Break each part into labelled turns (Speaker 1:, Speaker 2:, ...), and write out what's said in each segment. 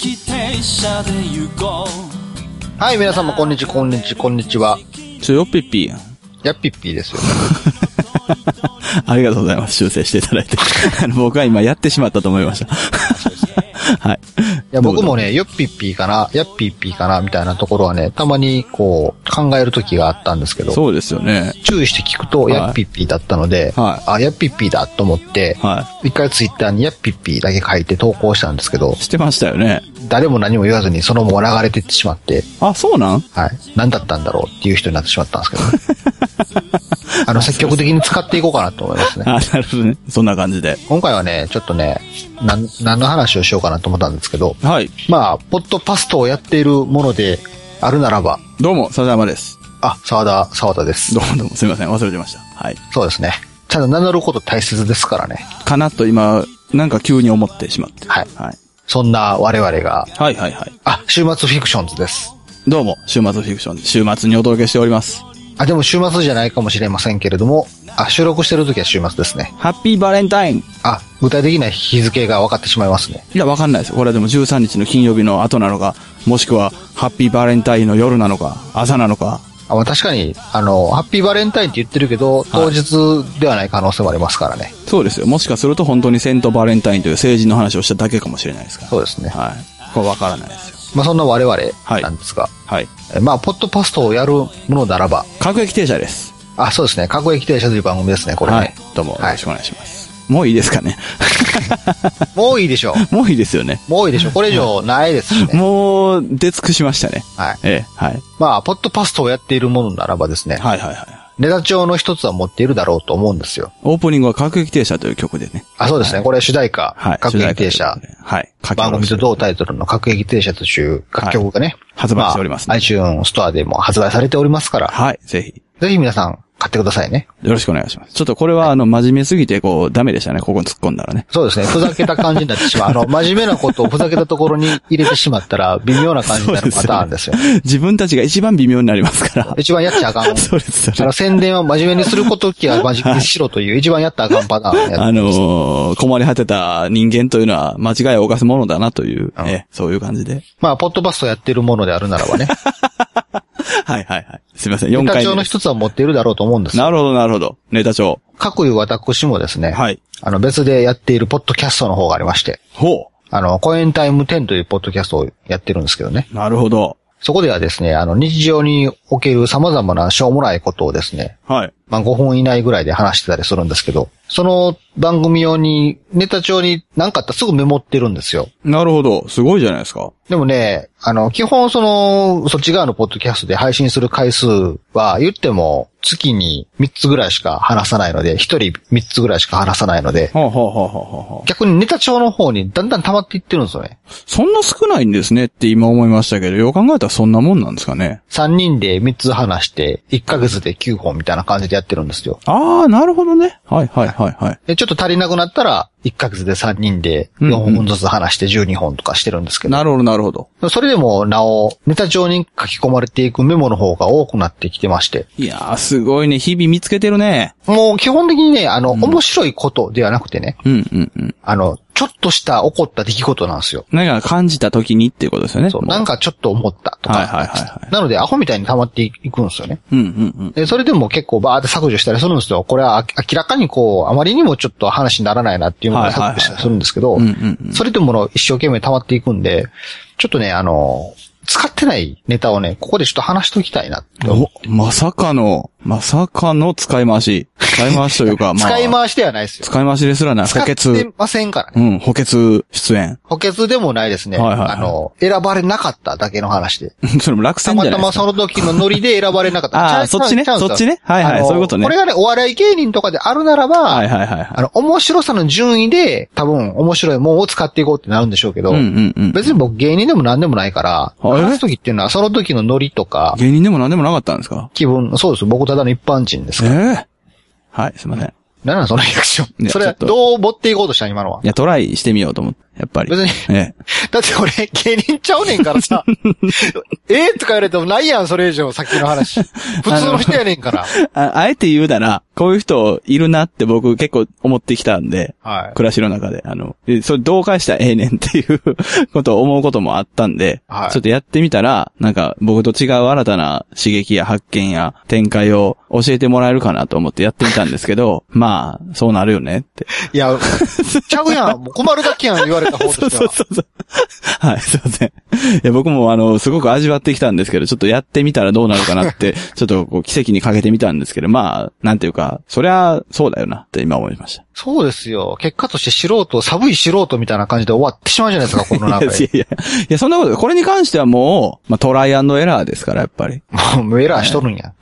Speaker 1: 列車で行こう
Speaker 2: はい、皆様、こんにちは、こんにちは、こんにちは。
Speaker 3: ちょ、よっぴっぴーやん。
Speaker 2: やっぴっぴーですよ。
Speaker 3: ありがとうございます。修正していただいて。 あの僕は今やってしまったと思いました。 はい。
Speaker 2: いや、僕もね、よっぴっぴーかな、やっぴっぴーかな、みたいなところはね、たまにこう、考える時があったんですけど、
Speaker 3: そうですよね。
Speaker 2: 注意して聞くと、
Speaker 3: はい
Speaker 2: やっぴっぴーだったので、
Speaker 3: は
Speaker 2: あ、やっぴっぴーだと思って、
Speaker 3: は
Speaker 2: 一回ツイッターにやっぴっぴーだけ書いて投稿したんですけど
Speaker 3: い。、してましたよね。
Speaker 2: 誰も何も言わずにそのまま流れてってしまって、
Speaker 3: あ、そうなん
Speaker 2: はい。何だったんだろうっていう人になってしまったんですけど、 あの、積極的に使っていこうかなと思いますね。
Speaker 3: あ、なるほどね。そんな感じで。
Speaker 2: 今回はね、ちょっとね、なん、何の話をしようかなと思ったんですけど、
Speaker 3: はい。
Speaker 2: まあ、ポッドパストをやっているものであるならば、
Speaker 3: どうも、笹山です。
Speaker 2: あ、沢田、沢田です
Speaker 3: ど。うもどうも、すいません。忘れてました。はい。
Speaker 2: そうですね。ちゃんと名乗ること大切ですからね。
Speaker 3: かなと今、なんか急に思ってしまって。
Speaker 2: はい
Speaker 3: はい。
Speaker 2: そんな我々が、
Speaker 3: はいはいはい。
Speaker 2: あ、週末フィクションズです。
Speaker 3: どうも、週末フィクション、週末にお届けしております。
Speaker 2: あ、でも週末じゃないかもしれませんけれども、あ、収録してる時は週末ですね。
Speaker 3: ハッピーバレンタインい
Speaker 2: あ、具体的な日付が分かってしまいますね。
Speaker 3: や、わかんないですよ。これはでも13日の金曜日の後なのか、もしくは、ハッピーバレンタインの夜なのか、朝なのか。
Speaker 2: あまあ、確かに、あの、ハッピーバレンタインって言ってるけど、当日ではない可能性もありますからね。
Speaker 3: そうですよ。もしかすると本当にセントバレンタインという成人の話をしただけかもしれないですから。
Speaker 2: そうですね。
Speaker 3: はい。これわからないですよ。
Speaker 2: まあ、そんな我々なんですが、
Speaker 3: はい。
Speaker 2: えまあ、ポッドパストをやるものならば、
Speaker 3: 各駅停車です。
Speaker 2: あ、そうですね。各駅停車という番組ですね、これね。
Speaker 3: はい。どうも、よろしくお願いします。もういいですかね。
Speaker 2: もういいでしょう。
Speaker 3: もういいですよね。
Speaker 2: もういいでしょう。これ以上ないですしね。
Speaker 3: もう、出尽くしましたね。
Speaker 2: はい。
Speaker 3: ええ、はい。
Speaker 2: まあ、ポッドパストをやっているものならばですね、
Speaker 3: はいはいはい。
Speaker 2: ネタ帳の一つは持っているだろうと思うんですよ。
Speaker 3: オープニングは各駅停車という曲でね。
Speaker 2: あ、そうですね。これ主題歌、
Speaker 3: はい。
Speaker 2: 各駅停車、
Speaker 3: はい。書き下
Speaker 2: 番
Speaker 3: ろ
Speaker 2: 組
Speaker 3: し
Speaker 2: と同タイトルの各駅停車という楽曲がね、
Speaker 3: 発売しておりますね
Speaker 2: あ iTunes ストアでも発売されておりますから、
Speaker 3: はい。ぜひ。
Speaker 2: ぜひ皆さん買ってくださいね。
Speaker 3: よろしくお願いします。ちょっとこれは、あの、真面目すぎて、こう、ダメでしたね。ここに突っ込んだらね。
Speaker 2: そうですね。ふざけた感じになって しまう。あの、真面目なことをふざけたところに入れてしまったら、微妙な感じになるパターンですよ。
Speaker 3: 自分たちが一番微妙になります から。
Speaker 2: 一番やっちゃあかん。
Speaker 3: そうです、
Speaker 2: あ
Speaker 3: それ
Speaker 2: の、。宣伝は真面目にすることきは真面目にしろという一番やったらあかんパターンや。
Speaker 3: あのー困り果てた人間というのは間違いを犯すものだなという、
Speaker 2: うん
Speaker 3: ええそういう感じで。
Speaker 2: まあ、ポッドバストやってるものであるならばね、
Speaker 3: はいはいはい。すみません、4
Speaker 2: ネタ
Speaker 3: 回
Speaker 2: 帳
Speaker 3: 目
Speaker 2: の
Speaker 3: です。
Speaker 2: 一つは持っているだろうと思うんですよ。
Speaker 3: なるほどなるほど。ネタ帳。
Speaker 2: 各有私もですね、
Speaker 3: はい。
Speaker 2: あの、別でやっているポッドキャストの方がありまして、
Speaker 3: ほ
Speaker 2: あの、コエンタイム10というポッドキャストをやってるんですけどね。
Speaker 3: う。なるほど。
Speaker 2: そこではですね、あの、日常における様々なしょうもないことをですね、
Speaker 3: はい。
Speaker 2: まあ、5分以内ぐらいで話してたりするんですけど、その番組用に、ネタ帳に何かあったらすぐメモってるんですよ。
Speaker 3: なるほど。すごいじゃないですか。
Speaker 2: でもね、あの、基本その、そっち側のポッドキャストで配信する回数は、言っても月に3つぐらいしか話さないので、1人3つぐらいしか話さないので、
Speaker 3: はあ、はあはあはあはあ、
Speaker 2: 逆にネタ帳の方にだんだん溜まっていってるんですよね。
Speaker 3: そんな少ないんですねって今思いましたけど、よう考えたらそんなもんなんですかね。
Speaker 2: 3人で3つ話して、1ヶ月で9本みたいな感じでやってるんですよ。
Speaker 3: ああ、なるほどね。はいはいはいはい。
Speaker 2: で、ちょっと足りなくなったら、1ヶ月で3人で4本ずつ話して12本とかしてるんですけど、
Speaker 3: なるほどなるほど。
Speaker 2: それでもなお、ネタ帳に書き込まれていくメモの方が多くなってきてまして、
Speaker 3: いやー、すごいね。日々見つけてるね。
Speaker 2: もう基本的にね、あの、面白いことではなくてね、
Speaker 3: うんうんうん。
Speaker 2: あの、ちょっとした起こった出来事なんですよ。
Speaker 3: なんか感じた時にっていうことですよね。
Speaker 2: そう、なんかちょっと思ったとか。
Speaker 3: はいはいはいは
Speaker 2: なので、アホみたいに溜まっていくんですよね。
Speaker 3: うんうんうん。
Speaker 2: で、それでも結構バーって削除したりするんですよ。これはあ明らかにこう、あまりにもちょっと話にならないなっていうのが削除したりするんですけど
Speaker 3: はいはいはいうんうんう、
Speaker 2: それでもの一生懸命溜まっていくんで、ちょっとね、あの、使ってないネタをね、ここでちょっと話しておきたいなって思う。
Speaker 3: お、まさかの、まさかの使い回し。使い回しという か、まあ。
Speaker 2: 使い回しではないですよ。
Speaker 3: 使い回しですらない。補
Speaker 2: 使って
Speaker 3: 欠。
Speaker 2: ませんからね。
Speaker 3: うん、補欠出演。
Speaker 2: 補欠でもないですね。
Speaker 3: はいはいはい
Speaker 2: あの、選ばれなかっただけの話で。
Speaker 3: それも落
Speaker 2: た
Speaker 3: 選じ
Speaker 2: ま
Speaker 3: ゃな
Speaker 2: た
Speaker 3: いで
Speaker 2: ます
Speaker 3: か。
Speaker 2: その時のノリで選ばれなかった。
Speaker 3: あー
Speaker 2: ちゃう
Speaker 3: そっちね
Speaker 2: ゃうゃうんですよ
Speaker 3: そっちねはいはい
Speaker 2: あの
Speaker 3: そういうことね
Speaker 2: これがね、お笑い芸人とかであるならば、
Speaker 3: はいはいはい
Speaker 2: あ
Speaker 3: は
Speaker 2: の、面白さの順位で、多分、面白いもんを使っていこうってなるんでしょうけど、
Speaker 3: い。うんうんうん。
Speaker 2: 別に僕芸人でも何でもないから、
Speaker 3: あれ
Speaker 2: 話す時っていうのは、その時のノリとか、
Speaker 3: 芸人でも何でもなかったんですか
Speaker 2: 気分、そうです。僕ただの一般人です
Speaker 3: ええ
Speaker 2: から。
Speaker 3: はい、すいません。
Speaker 2: 何なんそのリアクション。
Speaker 3: ね
Speaker 2: そ
Speaker 3: ち
Speaker 2: れ
Speaker 3: ょっ、と。
Speaker 2: どう持っていこうとした今のはい
Speaker 3: や、トライしてみようと思って。やっぱり。
Speaker 2: 別に
Speaker 3: ええ。
Speaker 2: だって俺、芸人ちゃうねんから さ。ええとか言われてもないやん、それ以上、さっきの話。普 通の人やねんから。
Speaker 3: ああえて言うなら、こういう人いるなって僕結構思ってきたんで、
Speaker 2: はい。
Speaker 3: 暮らしの中で、あの、えそれどう返したらええねんっていうことを思うこともあったんで、
Speaker 2: はい
Speaker 3: ちょっとやってみたら、なんか僕と違う新たな刺激や発見や展開を教えてもらえるかなと思ってやってみたんですけ ど、まあ、そうなるよねって。
Speaker 2: いや、ちゃうやん。もう困るだけやん、言われた方として
Speaker 3: そ
Speaker 2: は。
Speaker 3: うそうそうそう。はい、すいません。いや、僕もあの、すごく味わってきたんですけど、ちょっとやってみたらどうなるかな って、ちょっとこう奇跡にかけてみたんですけど、まあ、なんていうか、そりゃ、そうだよなって今思いました。
Speaker 2: そうですよ。結果として素人、寒い素人みたいな感じで終わってしまうじゃないですか、この中
Speaker 3: いや
Speaker 2: で。
Speaker 3: いやいや、いや、そんなこと、これに関してはもう、まあ、トライアンドエラーですから、やっぱり。
Speaker 2: もうエラーしとるん や。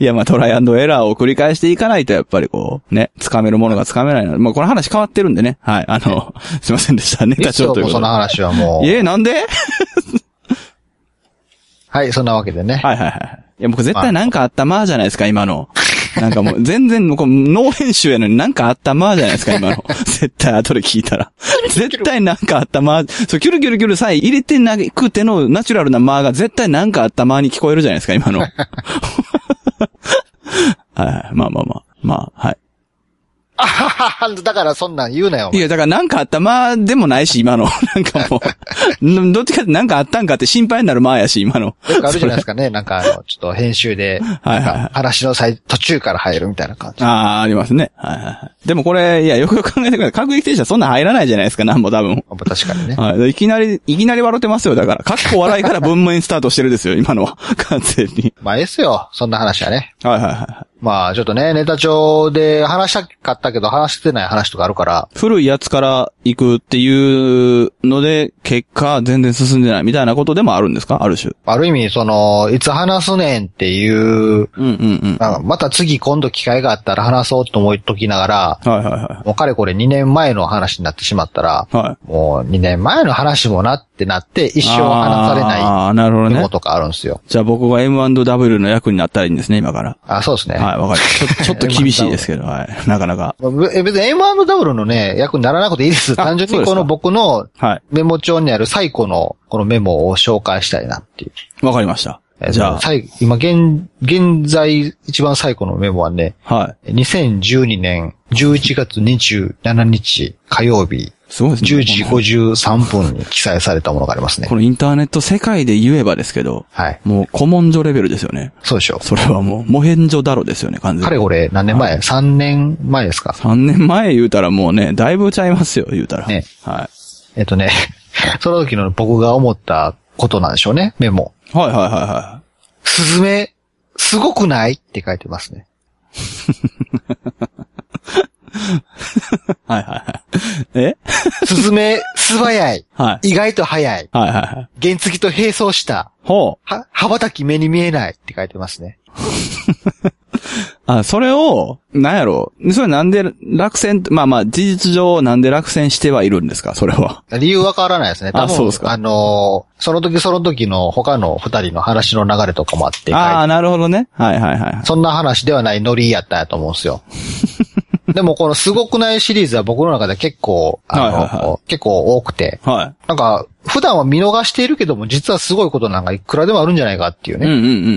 Speaker 3: いや、まあ、トライアンドエラーを繰り返していかないと、やっぱりこう、ね、掴めるものが掴めないので、まあ、この話変わってるんでね。はい、あの、すいませんでした。ネ
Speaker 2: いいっ
Speaker 3: タ
Speaker 2: す
Speaker 3: 帳
Speaker 2: よ
Speaker 3: という
Speaker 2: もうそ
Speaker 3: ことで
Speaker 2: の。話はも。
Speaker 3: いうえ、なんで
Speaker 2: はい、そんなわけでね。
Speaker 3: はいはいはい。いや、僕絶対なんかあったまーじゃないですか、今の。なんかもう、全然、もうこう、ノー編集やのになんかあったまーじゃないですか、今の。絶対後で聞いたら。絶対なんかあったまー、そう、キュルキュルキュルさえ入れてなくてのナチュラルなまーが絶対なんかあったまーに聞こえるじゃないですか、今の。 はいはい、まあまあまあ。まあ、はい。
Speaker 2: あはははだからそんなん言うなよ。お
Speaker 3: い
Speaker 2: 前
Speaker 3: や、だからなんかあったまあでもないし、今の。 なんかもう、んどっちかってなんかあったんかって心配になるまあやし、今の。
Speaker 2: よくあるじゃないですかね。なんかあの、ちょっと編集で、なん
Speaker 3: はいはい
Speaker 2: か話の最途中から入るみたいな感じ。
Speaker 3: ああ、ありますね。はいはいはい。でもこれ、いや、よくよく考えてください。各駅停車そんな入らないじゃないですか、なんも多分。
Speaker 2: まあ確かにね。
Speaker 3: はい。いきなり、いきなり笑ってますよ、だから。かっこ笑いから文面スタートしてるですよ、今のは。 完全に。
Speaker 2: まあ、ええっすよ。そんな話はね。
Speaker 3: はいはいは
Speaker 2: まあ、ちょっとね、ネタ帳で話したかったけど、話してない話とかあるから、
Speaker 3: い。古いやつから行くっていうので、結果全然進んでないみたいなことでもあるんですかある種。
Speaker 2: ある意味、その、いつ話すねんっていう、
Speaker 3: うんうんうん。
Speaker 2: なんかまた次今度機会があったら話そうと思いときながら、
Speaker 3: はいはいは
Speaker 2: もうかれこれ2年前の話になってしまったら、
Speaker 3: い。はい。
Speaker 2: もう2年前の話もなってなって、一生話されな
Speaker 3: ああ、なるほど
Speaker 2: いメ
Speaker 3: ね
Speaker 2: モ。とかあるんですよ。
Speaker 3: じゃあ僕が M&W の役になったらいいんですね、今から。
Speaker 2: あ、そうですね。
Speaker 3: はい、わかりました。ちょちょっと厳しいですけど、はい。なかなか。
Speaker 2: まあべ別に M&W のね、役にならなくていいです。単純
Speaker 3: そ
Speaker 2: に
Speaker 3: うです
Speaker 2: こ
Speaker 3: か
Speaker 2: の僕の
Speaker 3: は
Speaker 2: メモ帳にある最古のこのメモを紹介したいなっていう。
Speaker 3: い。わかりました。じゃ
Speaker 2: 最今現、現在一番最古のメモはね、
Speaker 3: あ、はい。
Speaker 2: 2012年11月27日火曜日、
Speaker 3: すごいですね。
Speaker 2: 10時53分に記載されたものがありますね
Speaker 3: こ。のインターネット世界で言えばですけど、
Speaker 2: はい。
Speaker 3: もう古文書レベルですよね。
Speaker 2: そうでしょ
Speaker 3: それはもう、モヘンジョダロですよね、完
Speaker 2: う。
Speaker 3: 全
Speaker 2: 彼
Speaker 3: に。
Speaker 2: これ何年前 ?3 年前ですか
Speaker 3: 3年前言うたらもうね、だいぶちゃいますよ、言うたら。
Speaker 2: ね
Speaker 3: は
Speaker 2: えっとね、 その時の僕が思ったことなんでしょうね、メモ。
Speaker 3: い。はいはいはいは
Speaker 2: スズメ、すごくないって書いてますね。
Speaker 3: い。はいはいはい。え
Speaker 2: スズメ、素早い。
Speaker 3: はい。
Speaker 2: 意外と早い。
Speaker 3: はいはいはい。
Speaker 2: 原付と並走した。
Speaker 3: ほう。
Speaker 2: は、羽ばたき目に見えないって書いてますね。
Speaker 3: あ、それを、なんやろう。それなんで落選、まあまあ、事実上なんで落選してはいるんですか、それは。
Speaker 2: 理由わからないですね。多
Speaker 3: あ
Speaker 2: 分
Speaker 3: そうですか
Speaker 2: あのーその時その時の他の二人の話の流れとかもあって、
Speaker 3: ああ、なるほどね。はいはいはいはい。
Speaker 2: そんな話ではないノリやったんやと思うんです よ。でもこのすごくないシリーズは僕の中で結構、あの、
Speaker 3: はいはいは
Speaker 2: 結構多くて、
Speaker 3: は
Speaker 2: なんか普段は見逃しているけども実はすごいことなんかいくらでもあるんじゃないかっていう
Speaker 3: い。う
Speaker 2: ね。
Speaker 3: んうんうんうんうんう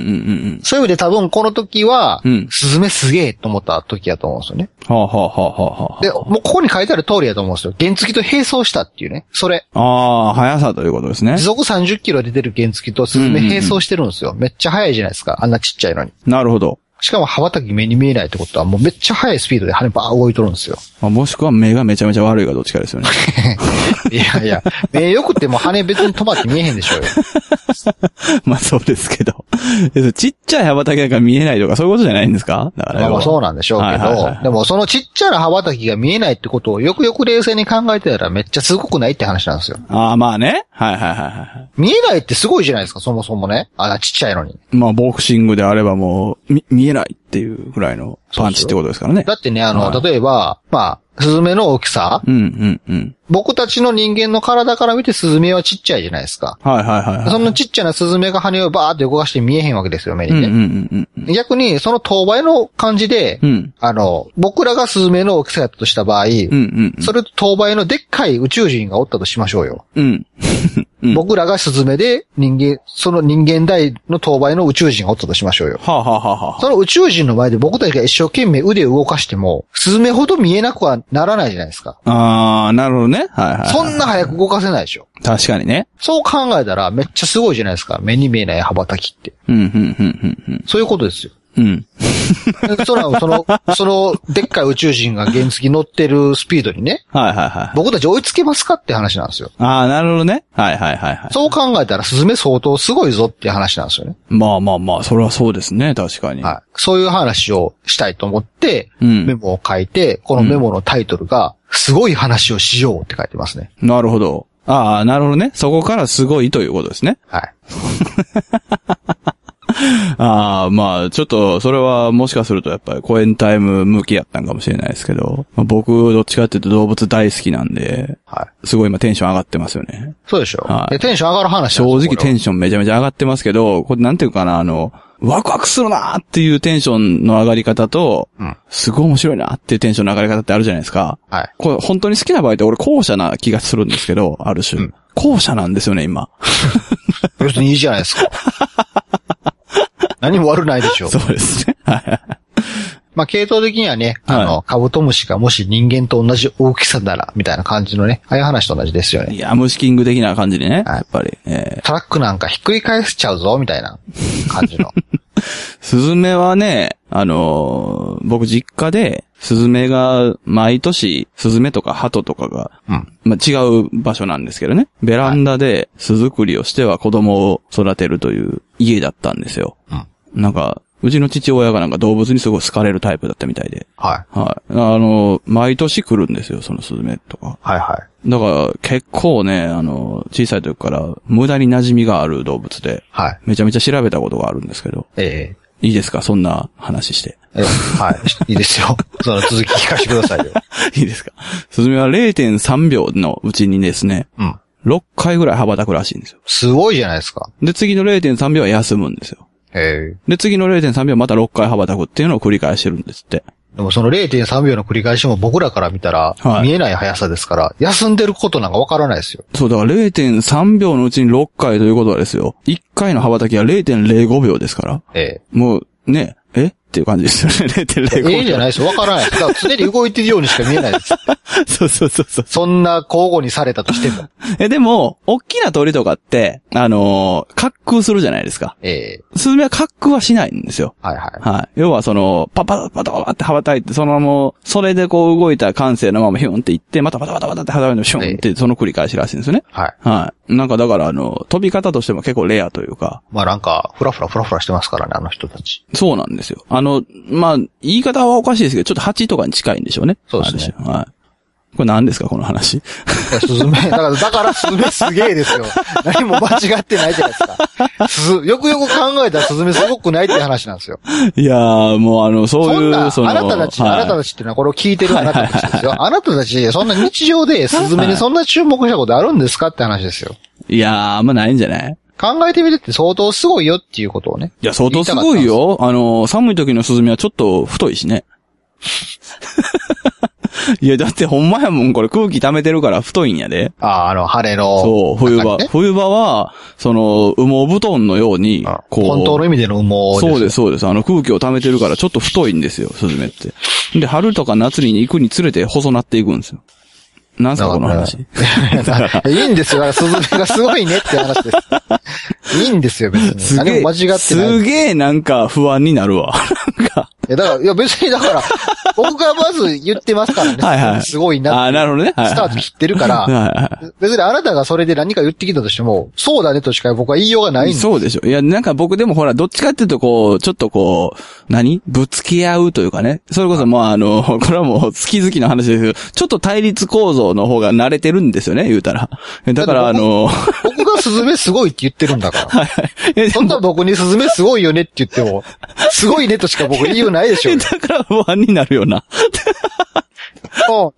Speaker 3: ん。
Speaker 2: そういう意味で多分この時は、
Speaker 3: うん
Speaker 2: スズメすげえと思った時やと思うんですよね。
Speaker 3: はあ、はあはあはあはあ、
Speaker 2: で、もうここに書いてある通りやと思うんですよ。原付と並走したっていうね。それ。
Speaker 3: ああ、速さということですね
Speaker 2: 時。速30キロで出る原付とスズメ並走してるんですよ。めっちゃ速いじゃないですか。あんなちっちゃいのに。
Speaker 3: なるほど。
Speaker 2: しかも羽ばたき目に見えないってことは、もうめっちゃ速いスピードで羽ばー動いとるんです よ。
Speaker 3: まあ、もしくは目がめちゃめちゃ悪いかどっちかですよね。
Speaker 2: いやいや、目よくても羽別に止まって見えへんでしょうよ。
Speaker 3: まあそうですけど。えそうちっちゃい羽ばたきなんか見えないとかそういうことじゃないんですかだから
Speaker 2: まあ
Speaker 3: 要
Speaker 2: ま
Speaker 3: は。
Speaker 2: あそうなんでしょう
Speaker 3: は
Speaker 2: け
Speaker 3: いはいはい
Speaker 2: ど、でもそのちっちゃな羽ばたきが見えないってことをよくよく冷静に考えてたらめっちゃすごくないって話なんですよ。
Speaker 3: ああ、まあね。はいはいはいはい。
Speaker 2: 見えないってすごいじゃないですか、そもそもね。あらちっちゃいのに。
Speaker 3: まあボクシングであればもう、み、見えないっっていうぐらいのパンチってことですからね。
Speaker 2: だってね、あの、
Speaker 3: はい
Speaker 2: 例えば、まあ、スズメの大きさ、
Speaker 3: うんうんうん。
Speaker 2: 僕たちの人間の体から見てスズメはちっちゃいじゃないですか。
Speaker 3: はいはいはいはい。
Speaker 2: そのちっちゃなスズメが羽をバーって動かして見えへんわけですよ、目
Speaker 3: う
Speaker 2: に
Speaker 3: んうん
Speaker 2: ね。
Speaker 3: うんうん。
Speaker 2: 逆に、その遠倍の感じで、
Speaker 3: うん。
Speaker 2: あの、僕らがスズメの大きさやったとした場合、
Speaker 3: うんうん
Speaker 2: それと遠倍のでっかい宇宙人がおったとしましょうよ。
Speaker 3: うん。うん。うん
Speaker 2: 僕らがスズメで人間、その人間大の遠倍の宇宙人がおったとしましょうよ。
Speaker 3: はあ、はあはあはあ、
Speaker 2: その宇宙人の前で僕たちが一生懸命腕を動かしても、スズメほど見えなくはならないじゃないですか。
Speaker 3: あー、なるほどね。はいはいはい。
Speaker 2: そんな早く動かせないでしょ。
Speaker 3: 確かにね。
Speaker 2: そう考えたらめっちゃすごいじゃないですか。目に見えない羽ばたきって。
Speaker 3: うん、うん、うん、うん、
Speaker 2: そういうことですよ。
Speaker 3: うん。うん。
Speaker 2: その、そ の、その、でっかい宇宙人が原付き乗ってるスピードにね、
Speaker 3: はいはいはい。
Speaker 2: 僕たち追いつけますかって話なんですよ。
Speaker 3: あー、なるほどね。はいはいはいはい。
Speaker 2: そう考えたらスズメ相当すごいぞって話なんですよね。
Speaker 3: まあまあまあ、それはそうですね。確かに。
Speaker 2: はい。そういう話をしたいと思って、
Speaker 3: うん
Speaker 2: メモを書いて、このメモのタイトルが、すごい話をしようって書いてますね。
Speaker 3: なるほど。ああ、なるほどね。そこからすごいということですね。
Speaker 2: はい。
Speaker 3: ああ、まあ、ちょっと、それはもしかするとやっぱりコエンタイム向きやったんかもしれないですけど、まあ僕、どっちかっていうと動物大好きなんで、
Speaker 2: はい。
Speaker 3: すごい今テンション上がってますよね。
Speaker 2: そうでしょ、
Speaker 3: はい
Speaker 2: でテンション上がる話なん
Speaker 3: 正
Speaker 2: ですよ
Speaker 3: 直テンションめちゃめちゃ上がってますけど、これなんていうかな、あの、ワクワクするなーっていうテンションの上がり方と、
Speaker 2: うん
Speaker 3: すごい面白いなーっていうテンションの上がり方ってあるじゃないですか。
Speaker 2: これはい。
Speaker 3: これ本当に好きな場合って俺後者な気がするんですけど、ある種。
Speaker 2: うん
Speaker 3: 後者なんですよ ね、今。
Speaker 2: 別にいいじゃないです か。何も悪ないでしょう
Speaker 3: そ。うですね。はいはいはい。
Speaker 2: まあ、系統的にはね、あの、
Speaker 3: は
Speaker 2: カブトムシがもし人間と同じ大きさなら、みたいな感じのね、ああいう話と同じですよね
Speaker 3: い。や、虫キング的な感じでね、
Speaker 2: はい
Speaker 3: やっぱり。え
Speaker 2: トラックなんかひっくり返しちゃうぞ、みたいな感 じの。
Speaker 3: ー、スズメはね、あのー僕実家で、スズメが毎年、スズメとかハトとかが、
Speaker 2: うん。
Speaker 3: まあ、違う場所なんですけどね。ベランダで巣作りをしては子供を育てるという家だったんですよ。
Speaker 2: うん。
Speaker 3: なんか、うちの父親がなんか動物にすごい好かれるタイプだったみたいで。
Speaker 2: はい。
Speaker 3: はい。あの、毎年来るんですよ、そのスズメとか。
Speaker 2: はいはい。
Speaker 3: だから、結構ね、あの、小さい時から無駄に馴染みがある動物で、
Speaker 2: はい。
Speaker 3: めちゃめちゃ調べたことがあるんですけど、
Speaker 2: ええ
Speaker 3: いいですかそんな話して。
Speaker 2: ええはい。いいです よ。その続き聞かせてくださいよ。
Speaker 3: いいですかスズメは0.3秒のうちにですね、
Speaker 2: うん。
Speaker 3: 6回ぐらい羽ばたくらしいんですよ。
Speaker 2: すごいじゃないですか。
Speaker 3: で、次の0.3秒は休むんですよ。
Speaker 2: ええ
Speaker 3: で、次の0.3秒また6回羽ばたくっていうのを繰り返してるんですって。
Speaker 2: でもその0.3秒の繰り返しも僕らから見たら
Speaker 3: は、い
Speaker 2: 見えない速さですから、休んでることなんかわからないですよ。
Speaker 3: そう、だから0.3秒のうちに6回ということはですよ。1回の羽ばたきは0.05秒ですから。
Speaker 2: え
Speaker 3: もう、ね、えっていう感じですよね。
Speaker 2: えええ
Speaker 3: 0.05
Speaker 2: じゃ
Speaker 3: 秒。
Speaker 2: ないですよ。わからないです。だから常に動いてるようにしか見えないです。
Speaker 3: そうそうそうそう。
Speaker 2: そんな交互にされたとしても。
Speaker 3: え、でも、大きな鳥とかって、あのー、滑空するじゃないですか。
Speaker 2: ええ
Speaker 3: スズメは滑空はしないんですよ。
Speaker 2: はいはい。
Speaker 3: はい。要はその、パッパッパタパタって羽ばたいて、そのまま、それでこう動いた感性のままヒュンっていって、またパタパタパタって羽ばたいて、シュンって、その繰り返しらしいんですよね。
Speaker 2: はい。
Speaker 3: はい。なんかだからあの、飛び方としても結構レアというか、
Speaker 2: まあなんか、ふらふらふらふらしてますからね、あの人たち。
Speaker 3: そうなんですよ。あの、まあ、言い方はおかしいですけど、ちょっと蜂とかに近いんでしょうね。
Speaker 2: そうですね
Speaker 3: ある種はい。これ何ですかこの話。
Speaker 2: いやス ズメ、だから、だからスズメすげえですよ。 何も間違ってないじゃないですか。すず、よくよく考えたらスズメすごくないって話なんですよ。
Speaker 3: いやー、もうあの、そう
Speaker 2: そん
Speaker 3: い
Speaker 2: な、
Speaker 3: う、その、
Speaker 2: あなたたち、
Speaker 3: はい
Speaker 2: あなたたちっていうのはこれを聞いてるあなたたちですよ。あなたたち、そんな日常でスズメにそんな注目したことあるんですかって話ですよ。
Speaker 3: いやー、あんまないんじゃない
Speaker 2: 考えてみてって相当すごいよっていうことをね。
Speaker 3: いや、相当すごいよ。あの、寒い時のスズメはちょっと太いしね。 いや、だってほんまやもん、これ空気溜めてるから太いんやで。
Speaker 2: ああ、あの、晴れの。
Speaker 3: そう、冬場。
Speaker 2: ね
Speaker 3: 冬場は、その、羽毛布団のように
Speaker 2: あ、
Speaker 3: こう。
Speaker 2: 本当の意味での羽毛。
Speaker 3: そうですす、そうです。あの空気を溜めてるからちょっと太いんですよ、スズメって。で、春とか夏に行くにつれて細なっていくんですよ。なんすか、こ の話。
Speaker 2: だからいいんですよ。だから、スズメがすごいねって話です。いいんですよ、別に。
Speaker 3: すげ
Speaker 2: 何
Speaker 3: え、
Speaker 2: も間違ってない。
Speaker 3: すげえなんか不安になるわ。なんか、
Speaker 2: いや、だから、いや別にだから、僕がまず言ってますからね。
Speaker 3: はいはい
Speaker 2: すごいな。
Speaker 3: あーなるほどね。はい
Speaker 2: スタート切ってるから、
Speaker 3: は
Speaker 2: 別にあなたがそれで何か言ってきたとしても、そうだねとしか僕は言いようがない
Speaker 3: い。
Speaker 2: んで。
Speaker 3: そうでしょ。いや、なんか僕でもほら、どっちかっていうとこう、ちょっとこう、何ぶつけ合うというかね。それこそもうあの、 これはもう好き好きの話ですけど、ちょっと対立構造の方が慣れてるんですよね、言うたら。だから あの、
Speaker 2: 僕がスズメすごいって言ってるんだ から。
Speaker 3: え
Speaker 2: そんな僕にスズメすごいよねって言っても、すごいねとしか僕言いようない でしょうよ。
Speaker 3: だから不安になるよ
Speaker 2: う
Speaker 3: な。
Speaker 2: ん、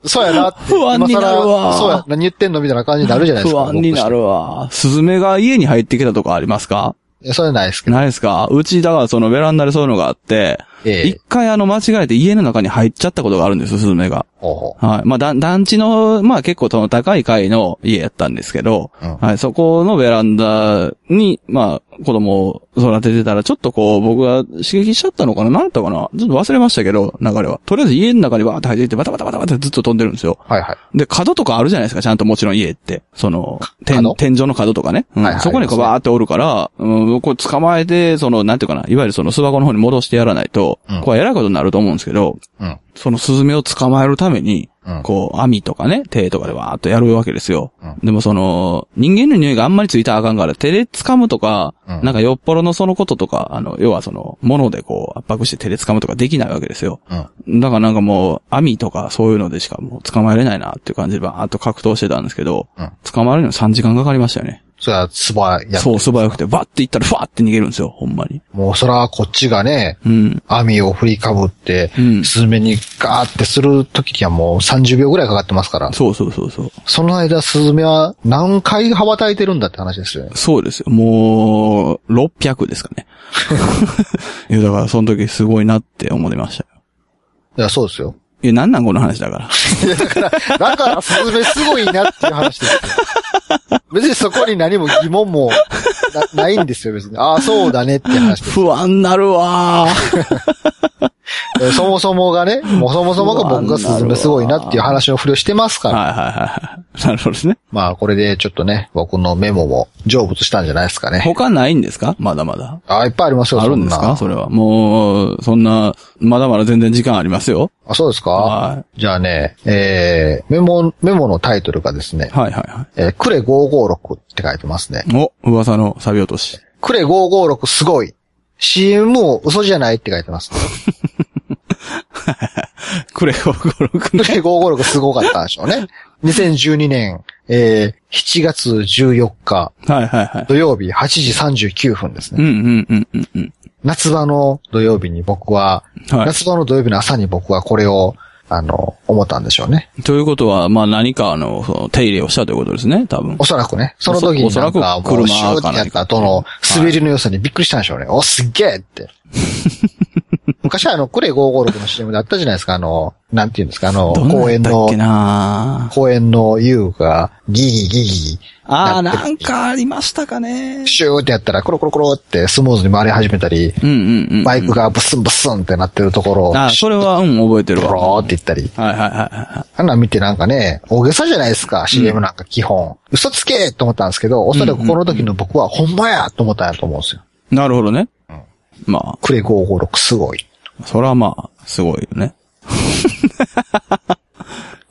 Speaker 2: そうやなって。
Speaker 3: 不安になるわ
Speaker 2: 今更そうや、何言ってんのみたいな感じになるじゃないです
Speaker 3: 不
Speaker 2: か。
Speaker 3: 安になるわ。スズメが家に入ってきたとこあります
Speaker 2: 僕とし
Speaker 3: か
Speaker 2: ていや。それはないですけど。
Speaker 3: ないですかうち、だからそのベランダでそういうのがあって、
Speaker 2: ええ
Speaker 3: 一。回あの間違えて家の中に入っちゃったことがあるんですよ、スズメが。
Speaker 2: ほうほ
Speaker 3: はい。まあ、だ団地の、まあ結構その高い階の家やったんですけど、
Speaker 2: うん
Speaker 3: はい、そこのベランダに、まあ、子供を育ててたら、ちょっとこう、僕が刺激しちゃったのかななんだったかなちょっと忘れましたけど、流れは。とりあえず家の中にバーって入っていって、バタバタバタバタってずっと飛んでるんですよ。
Speaker 2: うはいはい。
Speaker 3: で、角とかあるじゃないですか、ちゃんともちろん家って。その、天
Speaker 2: 角
Speaker 3: 天井の角とかね。うん
Speaker 2: はいはい
Speaker 3: そこにこう
Speaker 2: ありますね
Speaker 3: バーっておるから、うん、こう捕まえて、その、なんていうかな、いわゆるその巣箱の方に戻してやらないと、
Speaker 2: うん
Speaker 3: こう偉いことになると思うんですけど、
Speaker 2: うん。
Speaker 3: そのスズメを捕まえるために、
Speaker 2: うん。
Speaker 3: こう、網とかね、手とかでわーっとやるわけですよ。
Speaker 2: うん
Speaker 3: でもその、人間の匂いがあんまりついたらあかんから、手で掴むとか、
Speaker 2: うん
Speaker 3: なんかよっぽどのそのこととか、あの、要はその、物でこう、圧迫して手で掴むとかできないわけですよ。
Speaker 2: うん。
Speaker 3: だからなんかもう、網とかそういうのでしかもう捕まえれないなっていう感じでバーっと格闘してたんですけど、
Speaker 2: うん
Speaker 3: 捕まえるのに3時間かかりましたよね。
Speaker 2: そりゃ、つばや。
Speaker 3: そう、素早くて、バッて行ったらファーって逃げるんですよ、ほんまに。
Speaker 2: もうそら、こっちがね、
Speaker 3: うん。
Speaker 2: 網を振りかぶって
Speaker 3: う、ん
Speaker 2: スズメにガーってするときにはもう30秒ぐらいかかってますから、
Speaker 3: そうそうそうそう。
Speaker 2: その間スズメは何回羽ばたいてるんだって話ですよね。
Speaker 3: そうですよ。もう、600ですかね。 いや、だからその時すごいなって思いましたよ。
Speaker 2: いや、そうです よ。
Speaker 3: いや、なんなんこの話だから。
Speaker 2: いやだから、だからスズメすごいなっていう話ですよ。別にそこに何も疑問もなないんですよ、別に。ああ、そうだねって話です。
Speaker 3: 不安なるわ ー
Speaker 2: えそもそもがね、もうそもそもが僕がスズメすごいなっていう話のふりをしてますから。
Speaker 3: はいはいはいはい。なるほどですね。
Speaker 2: まあ、これでちょっとね、僕のメモも成仏したんじゃないですかね。
Speaker 3: 他ないんですかまだまだ。
Speaker 2: ああ、いっぱいありますよ、
Speaker 3: あるんですか
Speaker 2: そ
Speaker 3: そ
Speaker 2: んな
Speaker 3: れは。もう、そんな、まだまだ全然時間ありますよ。
Speaker 2: あ、そうですか
Speaker 3: は
Speaker 2: じゃあね、えー、メモ、メモのタイトルがですね
Speaker 3: い。、はいはいは
Speaker 2: えー、クレ556って書いてますね。
Speaker 3: い。お、噂のサビ落とし。
Speaker 2: クレ556すごい。CM も嘘じゃないって書いて ます。
Speaker 3: クレコ556
Speaker 2: ク
Speaker 3: ね。
Speaker 2: レ556すごかったんでしょうね。2012年、えー、7月14日
Speaker 3: はいはいはい。
Speaker 2: 土曜日8時39分です
Speaker 3: う
Speaker 2: ね。
Speaker 3: んうんうんうんうん。
Speaker 2: 夏場の土曜日に僕は、
Speaker 3: はい。
Speaker 2: 夏場の土曜日の朝に僕はこれを、あの、思ったんでしょうね。
Speaker 3: ということは、まあ何かあの、その手入れをしたということですね、多分
Speaker 2: お。そらくね、その時になんか
Speaker 3: おそらく
Speaker 2: もうシュ
Speaker 3: 車
Speaker 2: ー
Speaker 3: か
Speaker 2: ってや
Speaker 3: 何
Speaker 2: った
Speaker 3: か
Speaker 2: 後の滑りの良さにびっくりしたんでしょうね。お、すっげえ って。昔はあの、クレ556の CM だったじゃないですか、あの、なんていうんですか、あの、
Speaker 3: どんなん
Speaker 2: 公
Speaker 3: やっ
Speaker 2: 園
Speaker 3: たっ
Speaker 2: の
Speaker 3: け、な
Speaker 2: 公園の遊具がギギギギ、
Speaker 3: ああ、
Speaker 2: なってる
Speaker 3: なんかありましたかね。
Speaker 2: シューってやったらコロコロコロってスムーズに回り始めたり、
Speaker 3: うんうんうん。
Speaker 2: バイクがブスンブスンってなってるところを、
Speaker 3: あ
Speaker 2: シ
Speaker 3: それは、うん、覚えて
Speaker 2: ュ
Speaker 3: る
Speaker 2: ー
Speaker 3: わ。は
Speaker 2: ローって言ったり、
Speaker 3: いはいはいは
Speaker 2: あんなん見てなんかね、大げさじゃないですか、CM なんか基本。嘘つけと思ったんですけど、おそらくこの時の僕はほんまやと思ったんやと思うんですよ。
Speaker 3: い。なるほどね。ま
Speaker 2: クレ556すごい。
Speaker 3: あ、それはまあ、すごいよね。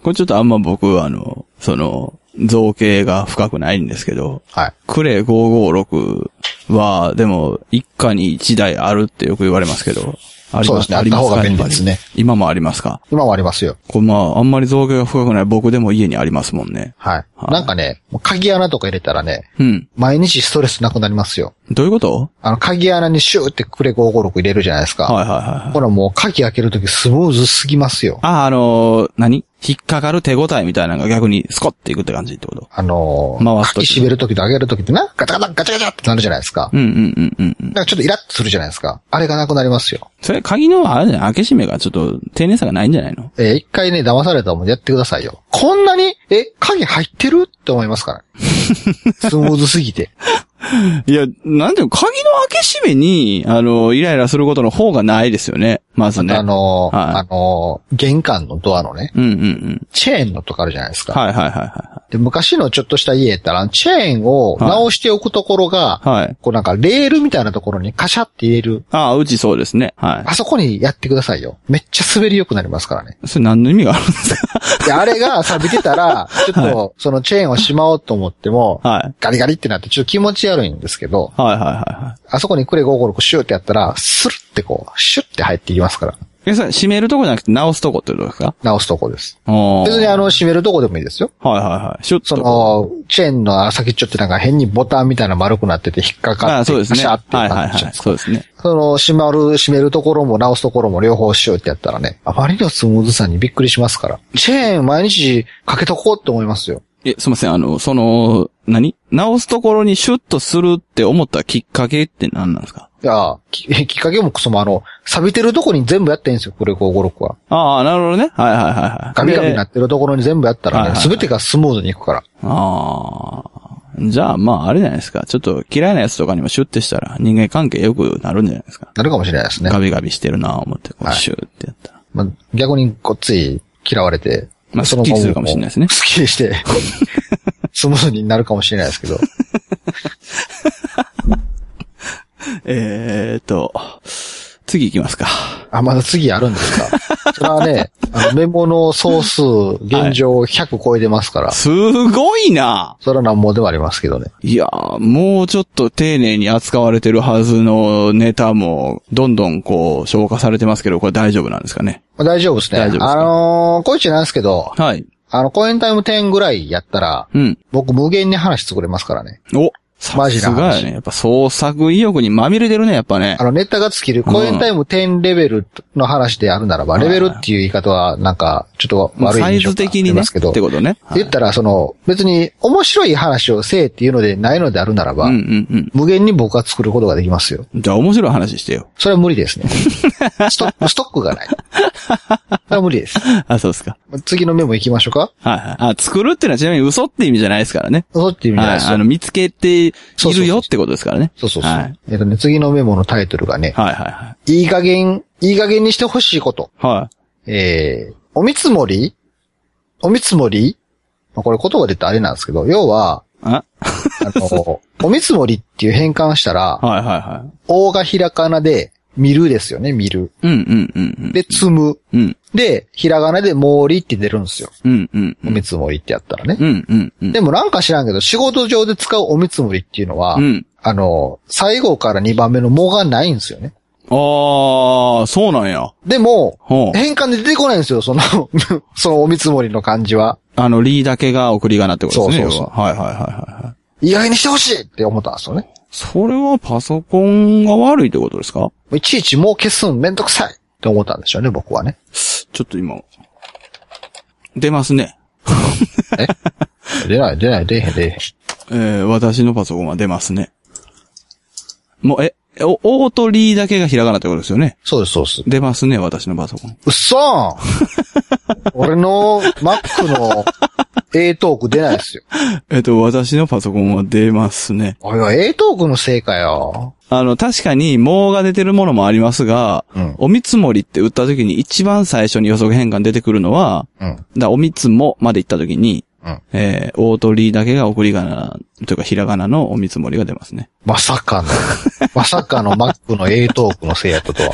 Speaker 3: これちょっとあんま僕、あの、その、造形が深くないんですけど、
Speaker 2: はい。
Speaker 3: クレ556は、でも、一家に一台あるってよく言われますけど、あり
Speaker 2: そう
Speaker 3: ま
Speaker 2: です
Speaker 3: す
Speaker 2: ね
Speaker 3: あります
Speaker 2: あった方
Speaker 3: か
Speaker 2: が便利ですね
Speaker 3: やっぱり今もありますか
Speaker 2: 今はありますよ。
Speaker 3: これまあ、あんまり造形が深くない僕でも家にありますもんね。
Speaker 2: はい。
Speaker 3: はい
Speaker 2: なんかね、もう鍵穴とか入れたらね、
Speaker 3: うん。
Speaker 2: 毎日ストレスなくなりますよ。
Speaker 3: どういうこと
Speaker 2: あの、鍵穴にシューってクレ556入れるじゃないですか。
Speaker 3: はいはいはいはい。
Speaker 2: ほらもう鍵開けるときスムーズすぎますよ。
Speaker 3: あ、あのー何引っかかる手応えみたいなのが逆にスコッていくって感じってこと
Speaker 2: あのー、
Speaker 3: 回す時
Speaker 2: 鍵閉めるときと開けるときってな、ガチャガチャガチャガチャってなるじゃないですか。
Speaker 3: うんうんうんうんうん。
Speaker 2: だからちょっとイラッとするじゃないですか。あれがなくなりますよ。
Speaker 3: それ鍵のあれじゃない開け閉めがちょっと丁寧さがないんじゃないの
Speaker 2: えー一回ね、騙されたもんでやってくださいよ。こんなに、え、鍵入ってるって思います から。スムーズすぎて。
Speaker 3: いや、なんていうの、鍵の開け閉めに、あの、イライラすることの方がないですよね。まずね。
Speaker 2: あのー
Speaker 3: はい
Speaker 2: あのー玄関のドアのね、
Speaker 3: うんうんうん。
Speaker 2: チェーンのとかあるじゃないですか。
Speaker 3: はいはいは
Speaker 2: で昔のちょっとした家やったら、チェーンを直しておくところが、
Speaker 3: いはい。はい。
Speaker 2: こうなんかレールみたいなところにカシャって入れる。
Speaker 3: ああ、うちそうですね。は
Speaker 2: あそこにやってくださいよ。めっちゃ滑り良くなりますからね。
Speaker 3: い。それ何の意味があるんですか
Speaker 2: で、あれが錆びてたら、ちょっとそのチェーンをしまおうと思っても、
Speaker 3: はい。
Speaker 2: ガリガリってなってちょっと気持ち悪いんですけど、
Speaker 3: はいはいはいはい。
Speaker 2: あそこにクレ556シューってやったら、スルってこう、シュって入っていきますから。
Speaker 3: え、それ、閉めるとこじゃなくて直すとこってことですか
Speaker 2: 直すとこです。
Speaker 3: おー
Speaker 2: 別にあの、閉めるとこでもいいですよ。
Speaker 3: はいはいはい。シュッ
Speaker 2: そ
Speaker 3: と。
Speaker 2: の、チェーンの先っちょってなんか変にボタンみたいな丸くなってて引っか
Speaker 3: あ
Speaker 2: かっ
Speaker 3: あ、
Speaker 2: て、
Speaker 3: そうですね。
Speaker 2: シャ
Speaker 3: は
Speaker 2: ーって
Speaker 3: いはい
Speaker 2: なっちゃ
Speaker 3: は
Speaker 2: う
Speaker 3: い。。そうですね。
Speaker 2: その、閉まる、閉めるところも直すところも両方しようってやったらね、あまりのスムーズさにびっくりしますから。チェーン毎日かけとこうって思いますよ。
Speaker 3: え、すいません、あの、その、何直すところにシュッとするって思ったきっかけって何なんですか
Speaker 2: いや、ききっかけもクソもあの、錆びてるとこに全部やってんですよ、これ556は。
Speaker 3: ああ、なるほどね。はいはいはいはい。
Speaker 2: ガビガビにな
Speaker 3: あ
Speaker 2: ってるところに全部やった
Speaker 3: はい
Speaker 2: らね、
Speaker 3: はい
Speaker 2: すべてがスムーズにいくから。
Speaker 3: あー。じゃあ、まあ、あれじゃないですか。ちょっと嫌いなやつとかにもシュッてしたら人間関係良くなるんじゃないですか。
Speaker 2: なるかもしれないですね。
Speaker 3: ガビガビしてるなぁ思って、こう、
Speaker 2: はい
Speaker 3: シュッてやったら。
Speaker 2: まあ、逆にこっつい嫌われて、
Speaker 3: まあ
Speaker 2: その
Speaker 3: スッキリするかもしれないですね
Speaker 2: スッキリ して、スムーズになるかもしれないですけど。
Speaker 3: えーと、次行きますか。
Speaker 2: あ、まだ次あるんですか。それはね、あのメモの総数、現状100超えてますから、
Speaker 3: すごいな
Speaker 2: それはなんぼでもありますけどね。
Speaker 3: いやー、もうちょっと丁寧に扱われてるはずのネタも、どんどんこう、消化されてますけど、これ大丈夫なんですかね。
Speaker 2: まあ、大丈夫ですね。
Speaker 3: 大丈夫ですか
Speaker 2: あのー、こいちなんですけど、
Speaker 3: はい。
Speaker 2: あの、コエンタイム10ぐらいやったら、
Speaker 3: うん。
Speaker 2: 僕無限に話作れますからね。
Speaker 3: お
Speaker 2: マジな
Speaker 3: さ
Speaker 2: 話
Speaker 3: すがやね。やっぱ創作意欲にまみれてるね、やっぱね
Speaker 2: あ。の、ネタが尽きる、コエンタイム10レベルの話であるならば、レベルっていう言い方は、なんか、ちょっと
Speaker 3: もう
Speaker 2: 悪い
Speaker 3: サイ
Speaker 2: 印象
Speaker 3: ズ
Speaker 2: があ
Speaker 3: 的に
Speaker 2: り
Speaker 3: ね。
Speaker 2: ますけど、
Speaker 3: ってことね。
Speaker 2: 言ったら、その、別に面白い話をせえっていうのでないのであるならば、
Speaker 3: うんうん
Speaker 2: 無限に僕は作ることができますよ。
Speaker 3: うん。じゃあ面白い話 してよ。
Speaker 2: それは無理です ね。ストック、ストックがない。それは無理です。
Speaker 3: あ、そうですか。
Speaker 2: 次のメモ行きましょうか
Speaker 3: はいはい。あ、作るってのはちなみに嘘って意味じゃないですからね。
Speaker 2: そうっていう意味じゃない
Speaker 3: は
Speaker 2: で
Speaker 3: い。
Speaker 2: す
Speaker 3: あ
Speaker 2: よ。
Speaker 3: の、見つけているよってことですからね。
Speaker 2: そうそうそう。
Speaker 3: はい。
Speaker 2: えっ、とね、次のメモのタイトルがね、
Speaker 3: はいはいはい。
Speaker 2: いい加減、いい加減にしてほしいこと。
Speaker 3: は
Speaker 2: えー、お見積もりお見積もりまあこれ言葉で言ったらあれなんですけど、要は、
Speaker 3: い。あ
Speaker 2: あの、お見積もりっていう変換した ら、
Speaker 3: はいはいは
Speaker 2: 大がひらかなで、見るですよね、見る。
Speaker 3: い。うんうんうんうん。
Speaker 2: で、積む。
Speaker 3: うん。
Speaker 2: で、ひらがなで、もりって出るんですよ。
Speaker 3: うんうんう
Speaker 2: お
Speaker 3: ん。
Speaker 2: 見積もりってやったらね。
Speaker 3: うんうんうん。
Speaker 2: でもなんか知らんけど、仕事上で使うお見積もりっていうのは、
Speaker 3: うん。
Speaker 2: あの、最後から2番目のもがないんですよね。
Speaker 3: ああ、そうなんや。
Speaker 2: でも、
Speaker 3: ほう。
Speaker 2: 変換で出てこないんですよ、その、 そのお見積もりの感じは。
Speaker 3: あの、リーだけが送り仮名ってことですね。
Speaker 2: そうそうそう
Speaker 3: 要ははいはいはいはいはい。
Speaker 2: 意外にしてほしいって思ったんですよね。
Speaker 3: それはパソコンが悪いってことですか
Speaker 2: いちいちもう消すんめんどくさいって思ったんでしょうね、僕はね。
Speaker 3: ちょっと今、出ますね。
Speaker 2: 出ない、出ない、出へん、出へん。
Speaker 3: えー、私のパソコンは出ますね。もう、え、おオートリーだけがひらがなってことですよね。
Speaker 2: そうです、そうです。
Speaker 3: 出ますね、私のパソコン。
Speaker 2: うっそーん俺の Mac の A トーク出ないですよ。
Speaker 3: えっと、私のパソコンは出ますね。
Speaker 2: おいおい、A トークのせいかよ。
Speaker 3: あの、確かに、毛が出てるものもありますが、
Speaker 2: うん
Speaker 3: お見積もりって打った時に一番最初に予測変換出てくるのは、
Speaker 2: うん、
Speaker 3: だおみつもまで行った時に、
Speaker 2: うん。
Speaker 3: えー、オートリーだけが送り仮名、というかひらがなのお見積もりが出ますね。
Speaker 2: まさかの、まさかの Mac の A トークのせいやったとは。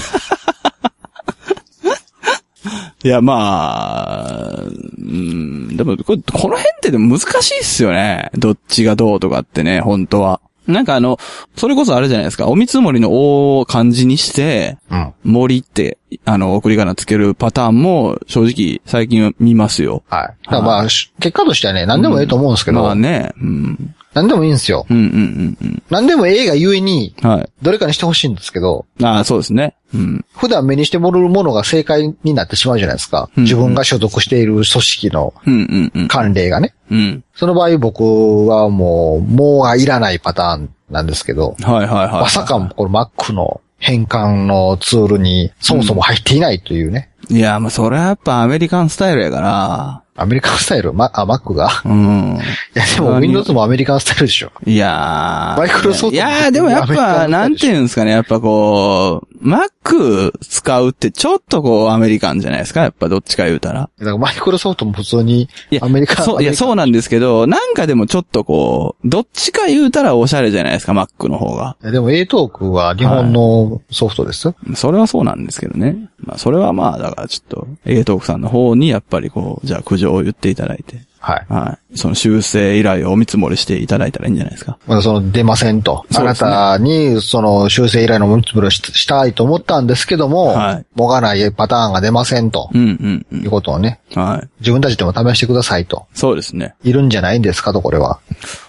Speaker 3: いや、まあ、うん、でもこれ、この辺ってでも難しいっすよね。どっちがどうとかってね、本当は。なんかあの、それこそあれじゃないですか、お見積もりのおを漢字にして、
Speaker 2: うん。
Speaker 3: 森って、あの、送り仮名つけるパターンも、正直、最近見ますよ。
Speaker 2: はい。だからまあ、し結果としてはね、何でもええと思うんですけど、
Speaker 3: まあね、うん、
Speaker 2: 何でもいいんですよ。
Speaker 3: うん、うん、うん、
Speaker 2: 何でもええがゆえに、
Speaker 3: うん。はい。
Speaker 2: どれかにしてほしいんですけど、
Speaker 3: ああ、そうですね。うん。
Speaker 2: 普段目にしてもらうものが正解になってしまうじゃないですか。
Speaker 3: うん
Speaker 2: 自分が所属している組織の
Speaker 3: うん、うん、うん。
Speaker 2: 慣例がね。
Speaker 3: うん。
Speaker 2: その場合僕はもう、もうがいらないパターンなんですけど、
Speaker 3: はい、はい、はい。
Speaker 2: まさかもこの Mac の変換のツールにそもそも入っていないというね。
Speaker 3: いや、まあ、それはやっぱアメリカンスタイルやから、
Speaker 2: アメリカンスタイルま、あ、Mac が
Speaker 3: うん。
Speaker 2: いや、でも
Speaker 3: 何
Speaker 2: Windows もアメリカンスタイルでしょ。
Speaker 3: いやー。
Speaker 2: マイクロソフト
Speaker 3: いやー、でもやっぱ、なんていうんですかね、やっぱこう、Mac 使うってちょっとこう、アメリカンじゃないですかやっぱどっちか言うたら。
Speaker 2: だからマイクロソフトも普通に
Speaker 3: いや
Speaker 2: アメリカン
Speaker 3: そう、いや、そうなんですけど、なんかでもちょっとこう、どっちか言うたらおしゃれじゃないですか、Mac の方が。
Speaker 2: いやでも A トークは日本のソフトですよ。
Speaker 3: それはそうなんですけどね。まあ、それはまあ、だからちょっと、A トークさんの方にやっぱりこう、じゃあ苦情を言っていただいて、
Speaker 2: はい。
Speaker 3: はい。その修正依頼をお見積もりしていただいたらいいんじゃないですか。
Speaker 2: まだその出ませんと。
Speaker 3: そ
Speaker 2: あ
Speaker 3: うで
Speaker 2: な
Speaker 3: すね
Speaker 2: たにその修正依頼のムツブルをししたいと思ったんですけども、
Speaker 3: はい
Speaker 2: もがないパターンが出ませんと
Speaker 3: う。ん、うん、
Speaker 2: いうことをね、
Speaker 3: うん。はい。
Speaker 2: 自分たちでも試してくださいと。
Speaker 3: そうですね。
Speaker 2: いるんじゃないんですかと、これは。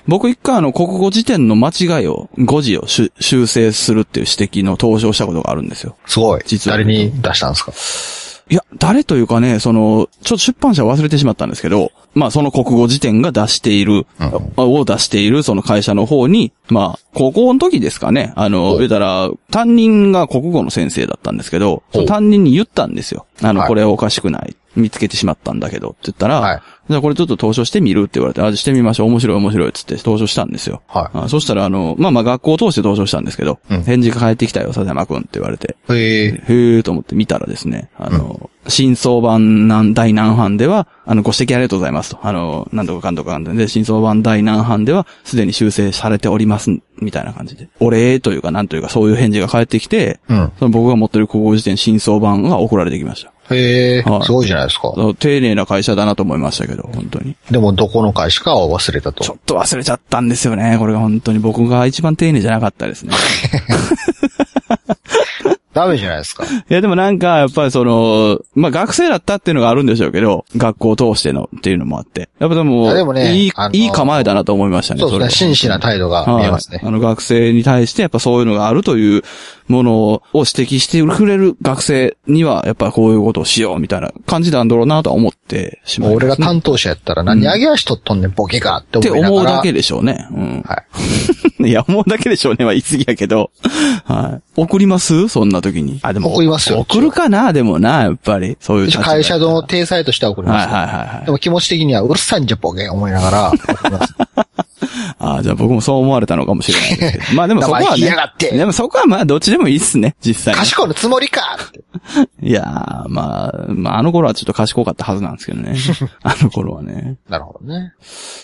Speaker 3: 僕一回あの、国語辞典の間違いを、誤字を修修正するっていう指摘の投資をしたことがあるんですよ。
Speaker 2: すごい。
Speaker 3: 実は
Speaker 2: 誰に出したんですか
Speaker 3: いや、誰というかね、その、ちょっと出版社忘れてしまったんですけど、まあその国語辞典が出している、を出しているその会社の方に、まあ、高校の時ですかね、あの、言うたら、担任が国語の先生だったんですけど、その担任に言ったんですよ。あの、
Speaker 2: はい
Speaker 3: これおかしくない。見つけてしまったんだけど、って言ったら、
Speaker 2: はい
Speaker 3: じゃあこれちょっと投書してみるって言われて、あ、してみましょう。面白い面白いっつって投書したんですよ。
Speaker 2: はい
Speaker 3: あそしたら、あの、まあまあ学校を通して投書したんですけど、
Speaker 2: うん
Speaker 3: 返事が返ってきたよ、笹山くんって言われて、
Speaker 2: へえ。
Speaker 3: へーと思って見たらですね、あの、真相版なん第何版では、あの、ご指摘ありがとうございますと。あの、なんとかかんとかなんとかで、真相版第何版では、すでに修正されております、みたいな感じで。お礼というか、なんというか、そういう返事が返ってきて、
Speaker 2: うん
Speaker 3: その僕が持ってる国語辞典真相版が送られてきました。
Speaker 2: へえ
Speaker 3: はい。
Speaker 2: すごいじゃないですか。
Speaker 3: 丁寧な会社だなと思いましたけど、本当に。
Speaker 2: でも、どこの会社かを忘れた
Speaker 3: ち
Speaker 2: と。
Speaker 3: ょっと忘れちゃったんですよね。これが本当に僕が一番丁寧じゃなかったですね。
Speaker 2: ダメじゃないですか。
Speaker 3: いや、でもなんか、やっぱりその、まあ、学生だったっていうのがあるんでしょうけど、学校を通してのっていうのもあって。やっぱでも、
Speaker 2: あでもね
Speaker 3: いい
Speaker 2: あ、の
Speaker 3: いい構えだなと思いましたね、
Speaker 2: そうですね。
Speaker 3: そ
Speaker 2: 真摯な態度
Speaker 3: れは
Speaker 2: が見えますね
Speaker 3: はい。あの、学生に対して、やっぱそういうのがあるというものを指摘してくれる学生には、やっぱこういうことをしようみたいな感じなんだろうなとは思ってしま
Speaker 2: も
Speaker 3: いうま
Speaker 2: 俺
Speaker 3: す、ね。
Speaker 2: が担当者やったら何上げ足取っとんねん、ボケがって
Speaker 3: って
Speaker 2: 思いな
Speaker 3: 思
Speaker 2: が
Speaker 3: う
Speaker 2: ら。
Speaker 3: だけでしょうね。うん。
Speaker 2: はい。
Speaker 3: いや、思うだけでしょうねは言い過ぎやけど。はい。送りますそんな時に。あ、でも。
Speaker 2: 送りますよ
Speaker 3: 送るかなでもな、やっぱり。そういう
Speaker 2: 一
Speaker 3: 立
Speaker 2: 応
Speaker 3: 場や
Speaker 2: 会
Speaker 3: から
Speaker 2: 社の体裁としては怒り
Speaker 3: は
Speaker 2: ま
Speaker 3: い
Speaker 2: す。
Speaker 3: はいはいはい
Speaker 2: で。も気持ち的にはうるさいんじゃボケ思いなが ら怒ります。
Speaker 3: ああ、じゃあ僕もそう思われたのかもしれないで すけど。まあでもそこ
Speaker 2: 名
Speaker 3: は
Speaker 2: 前
Speaker 3: ね。
Speaker 2: 言いやがって
Speaker 3: でもそこはまあどっちでもいいっすね、実際に。
Speaker 2: 賢いのつもりかって
Speaker 3: いやー、まあ、まああの頃はちょっと賢かったはずなんですけど ね。あの頃はね。
Speaker 2: なるほどね。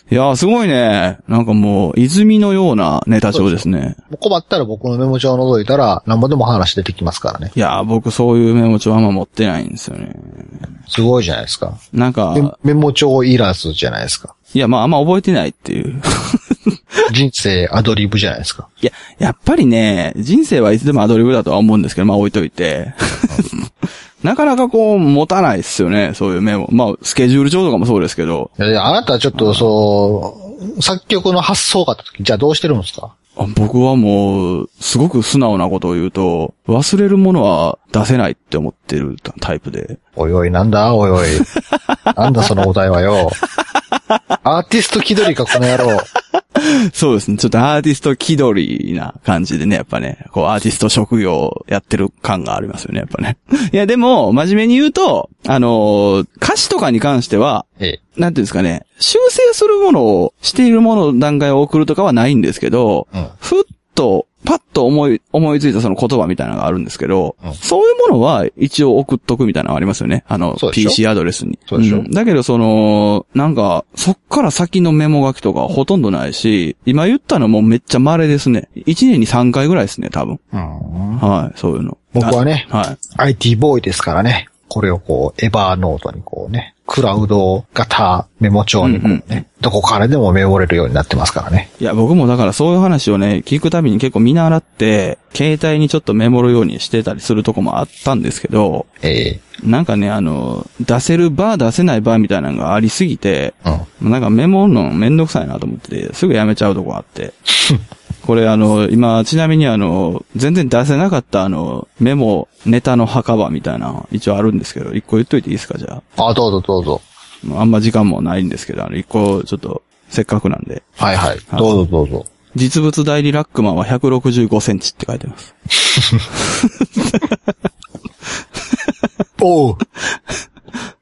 Speaker 3: いやー、すごいね。なんかもう、泉のようなネタ帳ですね。
Speaker 2: もう困ったら僕のメモ帳を覗いたら何ぼでも話出てきますからね。
Speaker 3: いやー、僕そういうメモ帳あんま持ってないんですよね。
Speaker 2: すごいじゃないですか。
Speaker 3: なんか
Speaker 2: で、メモ帳いらずじゃないですか。
Speaker 3: いや、まああんま覚えてないっていう。
Speaker 2: 人生アドリブじゃないですか。
Speaker 3: いや、やっぱりね、人生はいつでもアドリブだとは思うんですけど、まあ置いといて。 なかなかこう、持たないっすよね、そういうメモ。まあ、スケジュール帳とかもそうですけど、
Speaker 2: いやいやあなたはちょっとそう、作曲の発想があった時、じゃあどうしてるんですか
Speaker 3: あ僕はもう、すごく素直なことを言うと、忘れるものは出せないって思ってるタイプで。
Speaker 2: おいおい、なんだおいおい。 なんだそのお題はよ。アーティスト気取りか、この野郎。
Speaker 3: そうですね、ちょっとアーティスト気取りな感じでね、やっぱね、こう、アーティスト職業やってる感がありますよね、やっぱね。いや、でも、真面目に言うと、あのー歌詞とかに関しては、
Speaker 2: ええ。
Speaker 3: なんていうんですかね、修正するものをしているものの段階を送るとかはないんですけど、
Speaker 2: うん
Speaker 3: ふっと、パッと思い、思いついたその言葉みたいなのがあるんですけど、
Speaker 2: うん
Speaker 3: そういうものは一応送っとくみたいなのがありますよね。あの、
Speaker 2: そうでしょ
Speaker 3: PC アドレスに。
Speaker 2: そうでしょ
Speaker 3: んだけどその、なんか、そっから先のメモ書きとかほとんどないし、今言ったのもめっちゃ稀ですね。1年に3回ぐらいですね、多分。
Speaker 2: うん
Speaker 3: はい、そういうの。
Speaker 2: 僕はね
Speaker 3: あはい。
Speaker 2: IT ボーイですからね。これをこう、エバーノートにこうね、クラウド型メモ帳にこうね、
Speaker 3: うん
Speaker 2: どこからでもメモれるようになってますからね。
Speaker 3: いや、僕もだからそういう話をね、聞くたびに結構見習って、携帯にちょっとメモるようにしてたりするとこもあったんですけど、
Speaker 2: ええ
Speaker 3: なんかね、あの、出せるバー出せないバーみたいなのがありすぎて、なんかメモるのめんどくさいなと思ってて、すぐやめちゃうとこあって。これあの、今、ちなみにあの、全然出せなかったあの、メモ、ネタの墓場みたいなの、一応あるんですけど、一個言っといていいですか、じゃあ。
Speaker 2: うん。あ、どうぞどうぞ。
Speaker 3: あんま時間もないんですけど、あの、一個、ちょっと、せっかくなんで。
Speaker 2: はいはい。どうぞどうぞ。
Speaker 3: 実物代理ラックマンは165センチって書いてます。
Speaker 2: おう。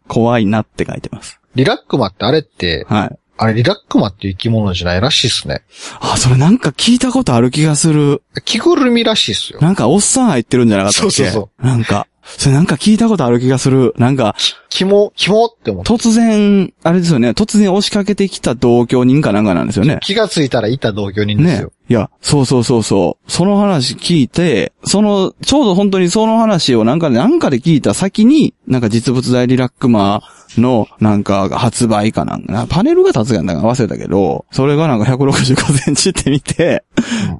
Speaker 3: 怖いなって書いてます。
Speaker 2: リラックマってあれって、
Speaker 3: はい。
Speaker 2: あれリラックマっていう生き物じゃないらしいっすね。
Speaker 3: あ、それなんか聞いたことある気がする。
Speaker 2: 着ぐるみらしいっすよ。
Speaker 3: なんかおっさん入ってるんじゃなかったっけ。
Speaker 2: そうそうそう
Speaker 3: なんか、それなんか聞いたことある気がする。なんか、
Speaker 2: 肝、肝って思って。
Speaker 3: 突然、あれですよね、突然押しかけてきた同居人かなんかなんですよね。
Speaker 2: 気がついたらいた同居人です
Speaker 3: ね
Speaker 2: よ。。
Speaker 3: いや、そうそうそうそう。その話聞いて、その、ちょうど本当にその話をなんかで、なんかで聞いた先に、なんか実物大リラックマの、なんか発売かなんかな、パネルが立つかなんか忘れたけど、それがなんか165センチって見て、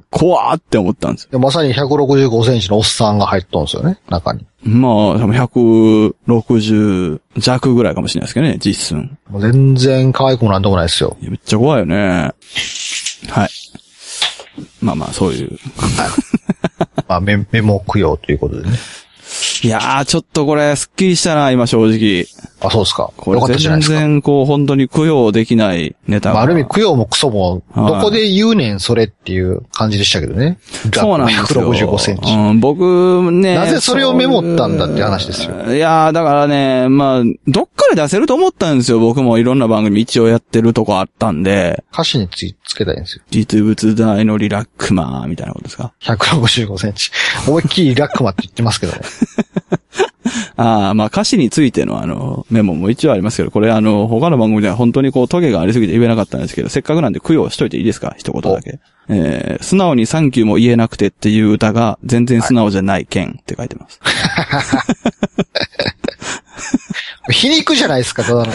Speaker 3: 怖ーって思ったんですよ。
Speaker 2: でまさに165センチのおっさんが入っとんですよね、中に。
Speaker 3: まあ、多分160弱ぐらいかもしれないですけどね、実寸。
Speaker 2: もう全然可愛くもなんともないですよ。
Speaker 3: いやめっちゃ怖いよね。はい。まあまあ、そういう。
Speaker 2: まあ、メメモ供養ということでね。
Speaker 3: いやー、ちょっとこれ、すっきりしたな、今正直。
Speaker 2: あ、そうですか。
Speaker 3: こ
Speaker 2: よかっ
Speaker 3: れ、
Speaker 2: たじゃない
Speaker 3: 全
Speaker 2: ですか。
Speaker 3: 然、こう、本当に供養できないネタ
Speaker 2: まあ、
Speaker 3: が。
Speaker 2: ある意味供養もクソも、
Speaker 3: はい
Speaker 2: どこで言うねん、それっていう感じでしたけどね。
Speaker 3: そうなんですよ。
Speaker 2: 165センチ。
Speaker 3: うん、僕ね。
Speaker 2: なぜそれをメモったんだって話ですよ
Speaker 3: そういやー、だからね、まあ、どっかで出せると思ったんですよ。僕もいろんな番組一応やってるとこあったんで、
Speaker 2: 歌詞についつけたいんですよ。
Speaker 3: 実物大のリラックマーみたいなことですか。
Speaker 2: 165センチ。思いっきりリラックマって言ってますけどね。
Speaker 3: ああ、まあ歌詞についてのあの、メモも一応ありますけど、これあの、他の番組では本当にこう、トゲがありすぎて言えなかったんですけど、せっかくなんで供養しといていいですか一言だけ。えー、素直にサンキューも言えなくてっていう歌が、全然素直じゃない件って書いてます。
Speaker 2: 皮肉じゃないですか、ただの。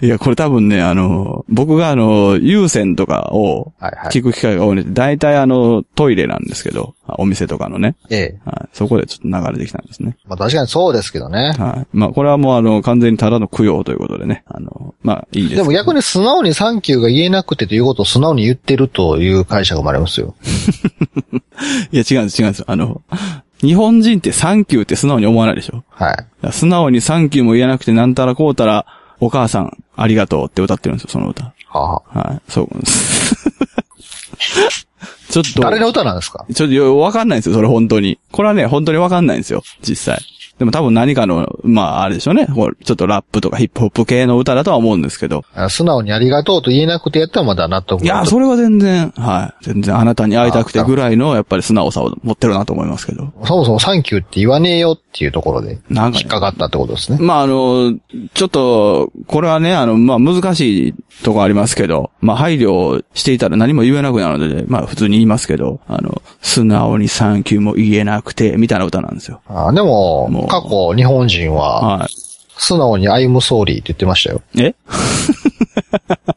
Speaker 3: い、や、これ多分ね、あの、僕があの、有線とかを
Speaker 2: はいはい
Speaker 3: 聞く機会が多いので、大体あの、トイレなんですけど、あお店とかのね。
Speaker 2: ええ。
Speaker 3: はい、そこでちょっと流れてきたんですね。
Speaker 2: まあ確かにそうですけどね。
Speaker 3: はい。まあ、これはもうあの、完全にただの供養ということでね。あの、まあ、いいですけ
Speaker 2: で
Speaker 3: ど。
Speaker 2: も逆に素直にサンキューが言えなくてということを素直に言ってるという解釈もありますよ。
Speaker 3: いや、違うんです、違うんです。あの、日本人ってサンキューって素直に思わないでしょ。
Speaker 2: はい。
Speaker 3: いや素直にサンキューも言えなくてなんたらこうたら、お母さん、ありがとうって歌ってるんですよ、その歌。
Speaker 2: はあはあ、
Speaker 3: はい、そう。 ちょっと、
Speaker 2: 誰の歌なんですか
Speaker 3: ちょっとよわかんないんですよ、それ本当に。これはね、本当にわかんないんですよ、実際。でも多分何かの、まあ、あれでしょうね。こうちょっとラップとかヒップホップ系の歌だとは思うんですけど。
Speaker 2: あ素直にありがとうと言えなくてやったらまだ納得
Speaker 3: い
Speaker 2: ちょ
Speaker 3: や、
Speaker 2: っ
Speaker 3: それは全然、はい。全然あなたに会いたくてぐらいの、やっぱり素直さを持ってるなと思いますけど。
Speaker 2: とそもそもサンキューって言わねえよっていうところで
Speaker 3: なんかね
Speaker 2: 引っかかったってことですね。
Speaker 3: まあ、あの、ちょっと、これはね、あの、まあ、難しいとこありますけど、まあ、配慮していたら何も言えなくなるので、まあ、普通に言いますけど、あの、素直にサンキューも言えなくて、みたいな歌なんですよ。
Speaker 2: あでも、
Speaker 3: もう
Speaker 2: 過去日本人は
Speaker 3: は
Speaker 2: 素直に I'm sorry って言ってましたよ。
Speaker 3: い。え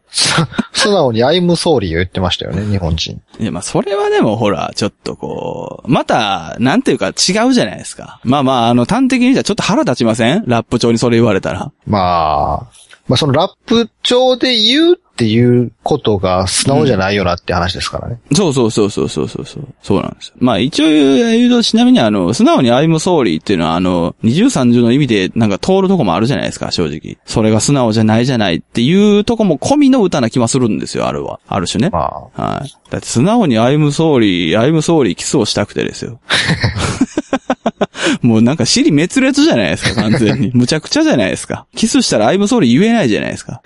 Speaker 2: す素直に I'm sorry を言ってましたよね、日本人。
Speaker 3: いや、まあ、それはでも、ほら、ちょっとこう、また、なんていうか違うじゃないですか。まあまあ、あの、端的にじゃちょっと腹立ちませんラップ調にそれ言われたら。
Speaker 2: まあ、まあそのラップ調で言うっていうことが素直じゃないよなって話ですからね。
Speaker 3: そうそうそうそうそうそうそう。そうなんですよ。まあ一応言うと、ちなみにあの、素直に I'm sorry っていうのはあの、二重三重の意味でなんか通るとこもあるじゃないですか、正直。それが素直じゃないじゃないっていうとこも込みの歌な気はするんですよ、あるは。ある種ね。
Speaker 2: まあ、
Speaker 3: はい。だって素直に I'm sorry, I'm sorry キスをしたくてですよ。 もうなんか尻滅裂じゃないですか、完全 に。むちゃくちゃじゃないですか。キスしたら I'm sorry 言えないじゃないで すか。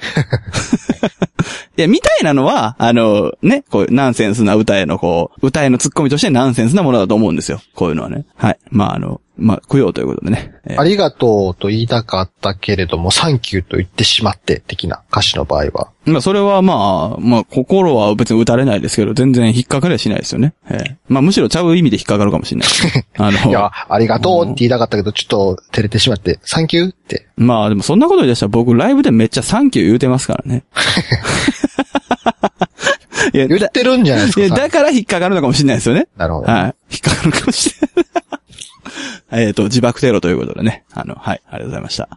Speaker 3: いや、みたいなのは、あの、ね、こういうナンセンスな歌へのこう、歌へのツッコミとしてナンセンスなものだと思うんですよ。こういうのはね。はい。まああの、まあ、供養ということでね。えー
Speaker 2: ありがとうと言いたかったけれども、サンキューと言ってしまって、的な歌詞の場合は。
Speaker 3: まあ、それはまあ、まあ、心は別に打たれないですけど、全然引っかかりはしないですよね。ええまあ、むしろちゃう意味で引っかかるかもし れない。あ
Speaker 2: いや
Speaker 3: の、、
Speaker 2: ありがとうって言いたかったけど、ちょっと照れてしまって、サンキューって。
Speaker 3: まあ、でもそんなこと言い出したら僕、ライブでめっちゃサンキュー言うてますからね。 いや、
Speaker 2: 言
Speaker 3: だ
Speaker 2: ってるんじゃないですか。
Speaker 3: いや
Speaker 2: サンキュー
Speaker 3: だから引っかかるのかもしれないですよね。
Speaker 2: なるほど。
Speaker 3: はい。引っかかるかもしれない。 えっと、自爆テロということでね。あの、はい、ありがとうございました。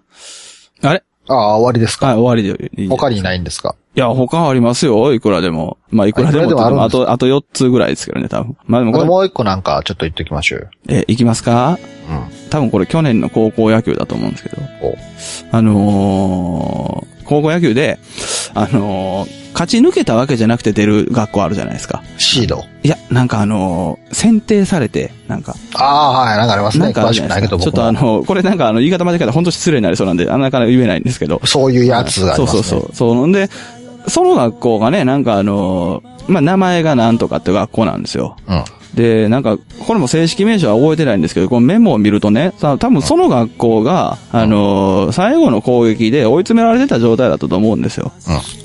Speaker 3: あれ
Speaker 2: ああ、終わりですか。
Speaker 3: はい、終わりでいいです
Speaker 2: 他にないんですか。
Speaker 3: いや、他ありますよ。いくらでも。まあ、いくらでもって言っても。
Speaker 2: あ
Speaker 3: あ
Speaker 2: いくらで
Speaker 3: と、あと4つぐらいですけどね、多分。まあでも
Speaker 2: あ
Speaker 3: ことれ、
Speaker 2: もう一個なんか、ちょっと言っておきましょうよ。
Speaker 3: えー、いきますか
Speaker 2: うん。
Speaker 3: 多分これ去年の高校野球だと思うんですけど。
Speaker 2: お
Speaker 3: あのー、高校野球で、あのー勝ち抜けたわけじゃなくて出る学校あるじゃないですか。
Speaker 2: シード。
Speaker 3: いや、なんかあのー選定されて、なんか、
Speaker 2: ああ、はい、なんかあります
Speaker 3: な
Speaker 2: ね。
Speaker 3: んかあ
Speaker 2: 詳
Speaker 3: る
Speaker 2: し
Speaker 3: じゃ
Speaker 2: く
Speaker 3: な
Speaker 2: ないい
Speaker 3: で
Speaker 2: けど、
Speaker 3: すかちょっ
Speaker 2: 僕
Speaker 3: とあ
Speaker 2: も。
Speaker 3: の、これなんかあの、言い方間違えたら本当失礼になりそうなんで、あんなかなか言えないんですけど。
Speaker 2: そういうやつがあります
Speaker 3: そ
Speaker 2: ね。
Speaker 3: うそうそう。そう。んで、その学校がね、なんかあのーまあ、名前がなんとかって学校なんですよ。
Speaker 2: うん。
Speaker 3: で、なんか、これも正式名称は覚えてないんですけど、このメモを見るとね、さ多分その学校が、あのー最後の攻撃で追い詰められてた状態だったと思うんですよ。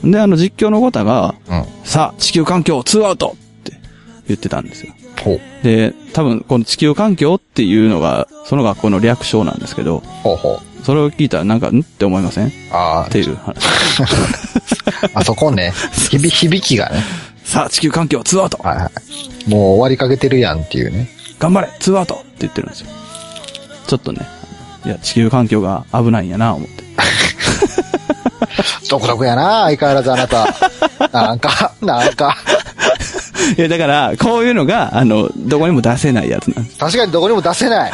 Speaker 3: で、あの実況のゴタが、
Speaker 2: うん。うん。
Speaker 3: さあ、地球環境、ツーアウトって言ってたんですよ。
Speaker 2: ほう。
Speaker 3: で、多分この地球環境っていうのが、その学校の略称なんですけど、
Speaker 2: ほうほう。
Speaker 3: それを聞いたらなんか、んって思いませんっ
Speaker 2: あ
Speaker 3: ていう話。
Speaker 2: あ、あそこ ね。響響きがね。
Speaker 3: さあ、地球環境、ツーアウト
Speaker 2: はいはい。もう終わりかけてるやんっていうね。
Speaker 3: 頑張れツーアウトって言ってるんですよ。ちょっとね、いや、地球環境が危ないんやな、思って。
Speaker 2: 独特やな、相変わらずあな た。なんか、なんか。
Speaker 3: いや、だから、こういうのが、あの、どこにも出せないやつなんです。
Speaker 2: 確かにどこにも出せ ない。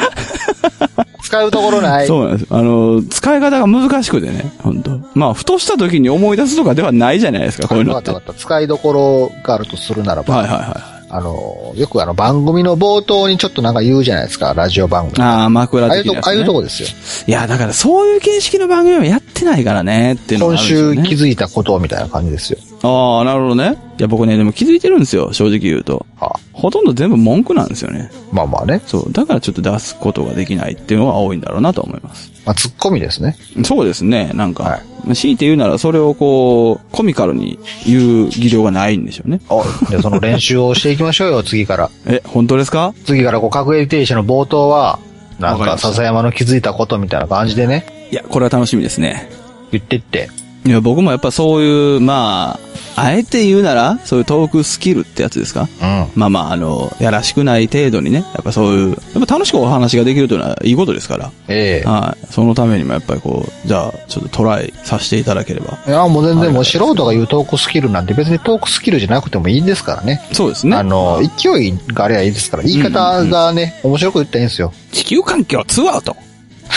Speaker 2: 使うところない。
Speaker 3: そうなんです。あの、使い方が難しくてね、本当まあ、ふとした時に思い出すとかではないじゃないですか、こういう
Speaker 2: 分
Speaker 3: の
Speaker 2: か
Speaker 3: っ。
Speaker 2: ってた
Speaker 3: は
Speaker 2: 分かった。使いどころがあるとするなら
Speaker 3: い
Speaker 2: ば、
Speaker 3: はいは
Speaker 2: あの、よくあの番組の冒頭にちょっとなんか言うじゃないですか、ラジオ番組。
Speaker 3: い。ああ、枕
Speaker 2: ああいう
Speaker 3: 的
Speaker 2: と
Speaker 3: な
Speaker 2: こあ
Speaker 3: や、つ、ね。
Speaker 2: あいうとこですよ。
Speaker 3: いや、だから、そういう形式の番組はやってないからね、っていうのがあ
Speaker 2: 今
Speaker 3: るんですよ、
Speaker 2: 週
Speaker 3: ね。
Speaker 2: 気づいたことみたいな感じですよ。
Speaker 3: ああ、なるほどね。いや、僕ね、でも気づいてるんですよ、正直言うと。
Speaker 2: はあ
Speaker 3: ほとんど全部文句なんですよね。
Speaker 2: まあまあね。
Speaker 3: そう。だからちょっと出すことができないっていうのは多いんだろうなと思います。
Speaker 2: まあ、ツッコミですね。
Speaker 3: そうですね、なんか。
Speaker 2: は
Speaker 3: 強いて言うならそれをこう、コミカルに言う技量がないんでしょうね。
Speaker 2: おじゃあその練習をしていきましょうよ、次から。
Speaker 3: え、本当ですか
Speaker 2: 次からこう、各駅停車の冒頭は、なん
Speaker 3: わかり
Speaker 2: か、
Speaker 3: ました
Speaker 2: 笹山の気づいたことみたいな感じでね、
Speaker 3: いや、これは楽しみですね。
Speaker 2: 言ってって。
Speaker 3: いや、僕もやっぱそういう、まあ、あえて言うなら、そういうトークスキルってやつですか
Speaker 2: うん。
Speaker 3: まあまあ、あの、やらしくない程度にね、やっぱそういう、やっぱ楽しくお話ができるというのはいいことですから。
Speaker 2: ええ
Speaker 3: はい。そのためにもやっぱりこう、じゃあ、ちょっとトライさせていただければ。
Speaker 2: いや、もう全然もう素人が言うトークスキルなんて別にトークスキルじゃなくてもいいんですからね。
Speaker 3: そうですね。
Speaker 2: あの、勢いがあればいいですから、言い方がね、面白く言ったらいいんですよ。
Speaker 3: 地球環境ツーアウト。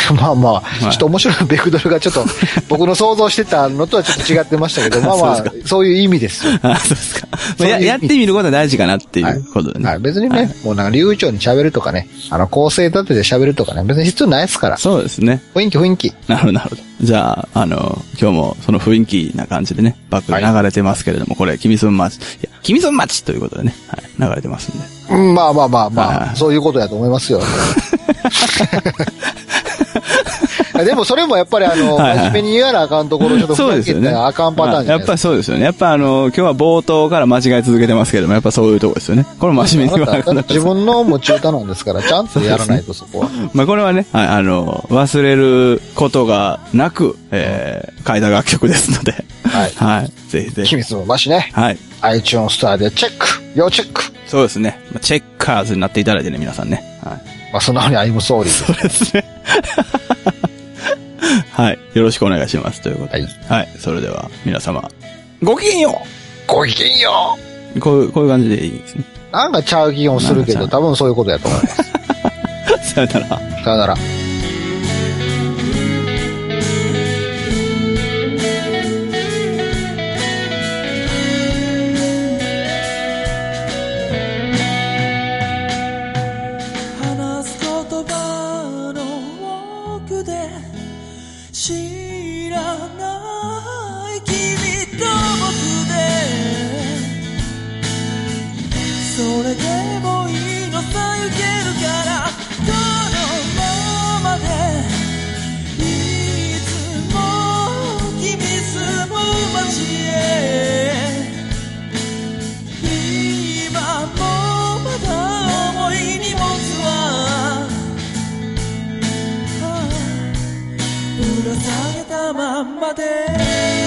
Speaker 2: まあまあ、
Speaker 3: い
Speaker 2: ちょっと面白いベクドルがちょ っと、僕の想像してたのとはちょっと違ってましたけど、まあまあ
Speaker 3: そうで、
Speaker 2: そういう意味です よ。
Speaker 3: あ、そうですか。
Speaker 2: そういう
Speaker 3: や、
Speaker 2: 意味
Speaker 3: やってみることは大事かなっていうことでね。
Speaker 2: はい、別にね、もうなんか流暢に喋るとかね、あの、構成立てて喋るとかね、別に必要ないですから。
Speaker 3: そうですね。
Speaker 2: 雰囲気雰囲気。
Speaker 3: なるほど、なるほど。じゃあ、あの、今日もその雰囲気な感じでね、バックで流れてますけれども、これ、君村町、いや、君村町ということでね、はい、流れてますんで。
Speaker 2: うんまあまあまあまあ、
Speaker 3: はい
Speaker 2: そういうことやと思い ますよ。 でもそれもやっぱりあの、
Speaker 3: はいはい
Speaker 2: 真面目に言わなあかんところをちょっと
Speaker 3: そう
Speaker 2: 雰
Speaker 3: で
Speaker 2: 囲気
Speaker 3: す
Speaker 2: っ
Speaker 3: よ
Speaker 2: て
Speaker 3: ね。
Speaker 2: あかんパターンじゃ
Speaker 3: や
Speaker 2: な
Speaker 3: っ
Speaker 2: いで
Speaker 3: ぱり
Speaker 2: す
Speaker 3: そうですよね。やっぱあの、今日は冒頭から間違い続けてますけれども、やっぱそういうとこですよね。これ真面目
Speaker 2: か。
Speaker 3: に言わ
Speaker 2: あ
Speaker 3: な
Speaker 2: な
Speaker 3: か
Speaker 2: た
Speaker 3: った
Speaker 2: 自分の持ち歌なんですから、ちゃんとやらないとそ こは。
Speaker 3: まあ、これはね、はい、あの、忘れることがなく、えー、書いた楽曲ですので、
Speaker 2: はい
Speaker 3: はい、ぜひぜ
Speaker 2: 秘
Speaker 3: ひ。
Speaker 2: 密もましね。
Speaker 3: はい。
Speaker 2: iTunes ストアでチェック要チェック
Speaker 3: そうですね。まあチェッカーズになっていただいてね、皆さんね。はい。
Speaker 2: まあ、素直に I'm sorry です。
Speaker 3: そうですね。 はい。よろしくお願いします。ということで。
Speaker 2: はい
Speaker 3: はい。それでは、皆様。ごきげんよ
Speaker 2: ごきげんよう
Speaker 3: うこういう、こういう感じでいいですね。
Speaker 2: なんかちゃう気音するけ
Speaker 3: な
Speaker 2: ど、
Speaker 3: んか
Speaker 2: 多分そういうことやと思います。
Speaker 3: さよなら。
Speaker 2: さよなら。
Speaker 1: 話す言葉の奥で知らない君と僕でそれでもいいのさ行けるからこのままでいつも君住む街へ今もまだ重い荷物はああぶら下げたまんまで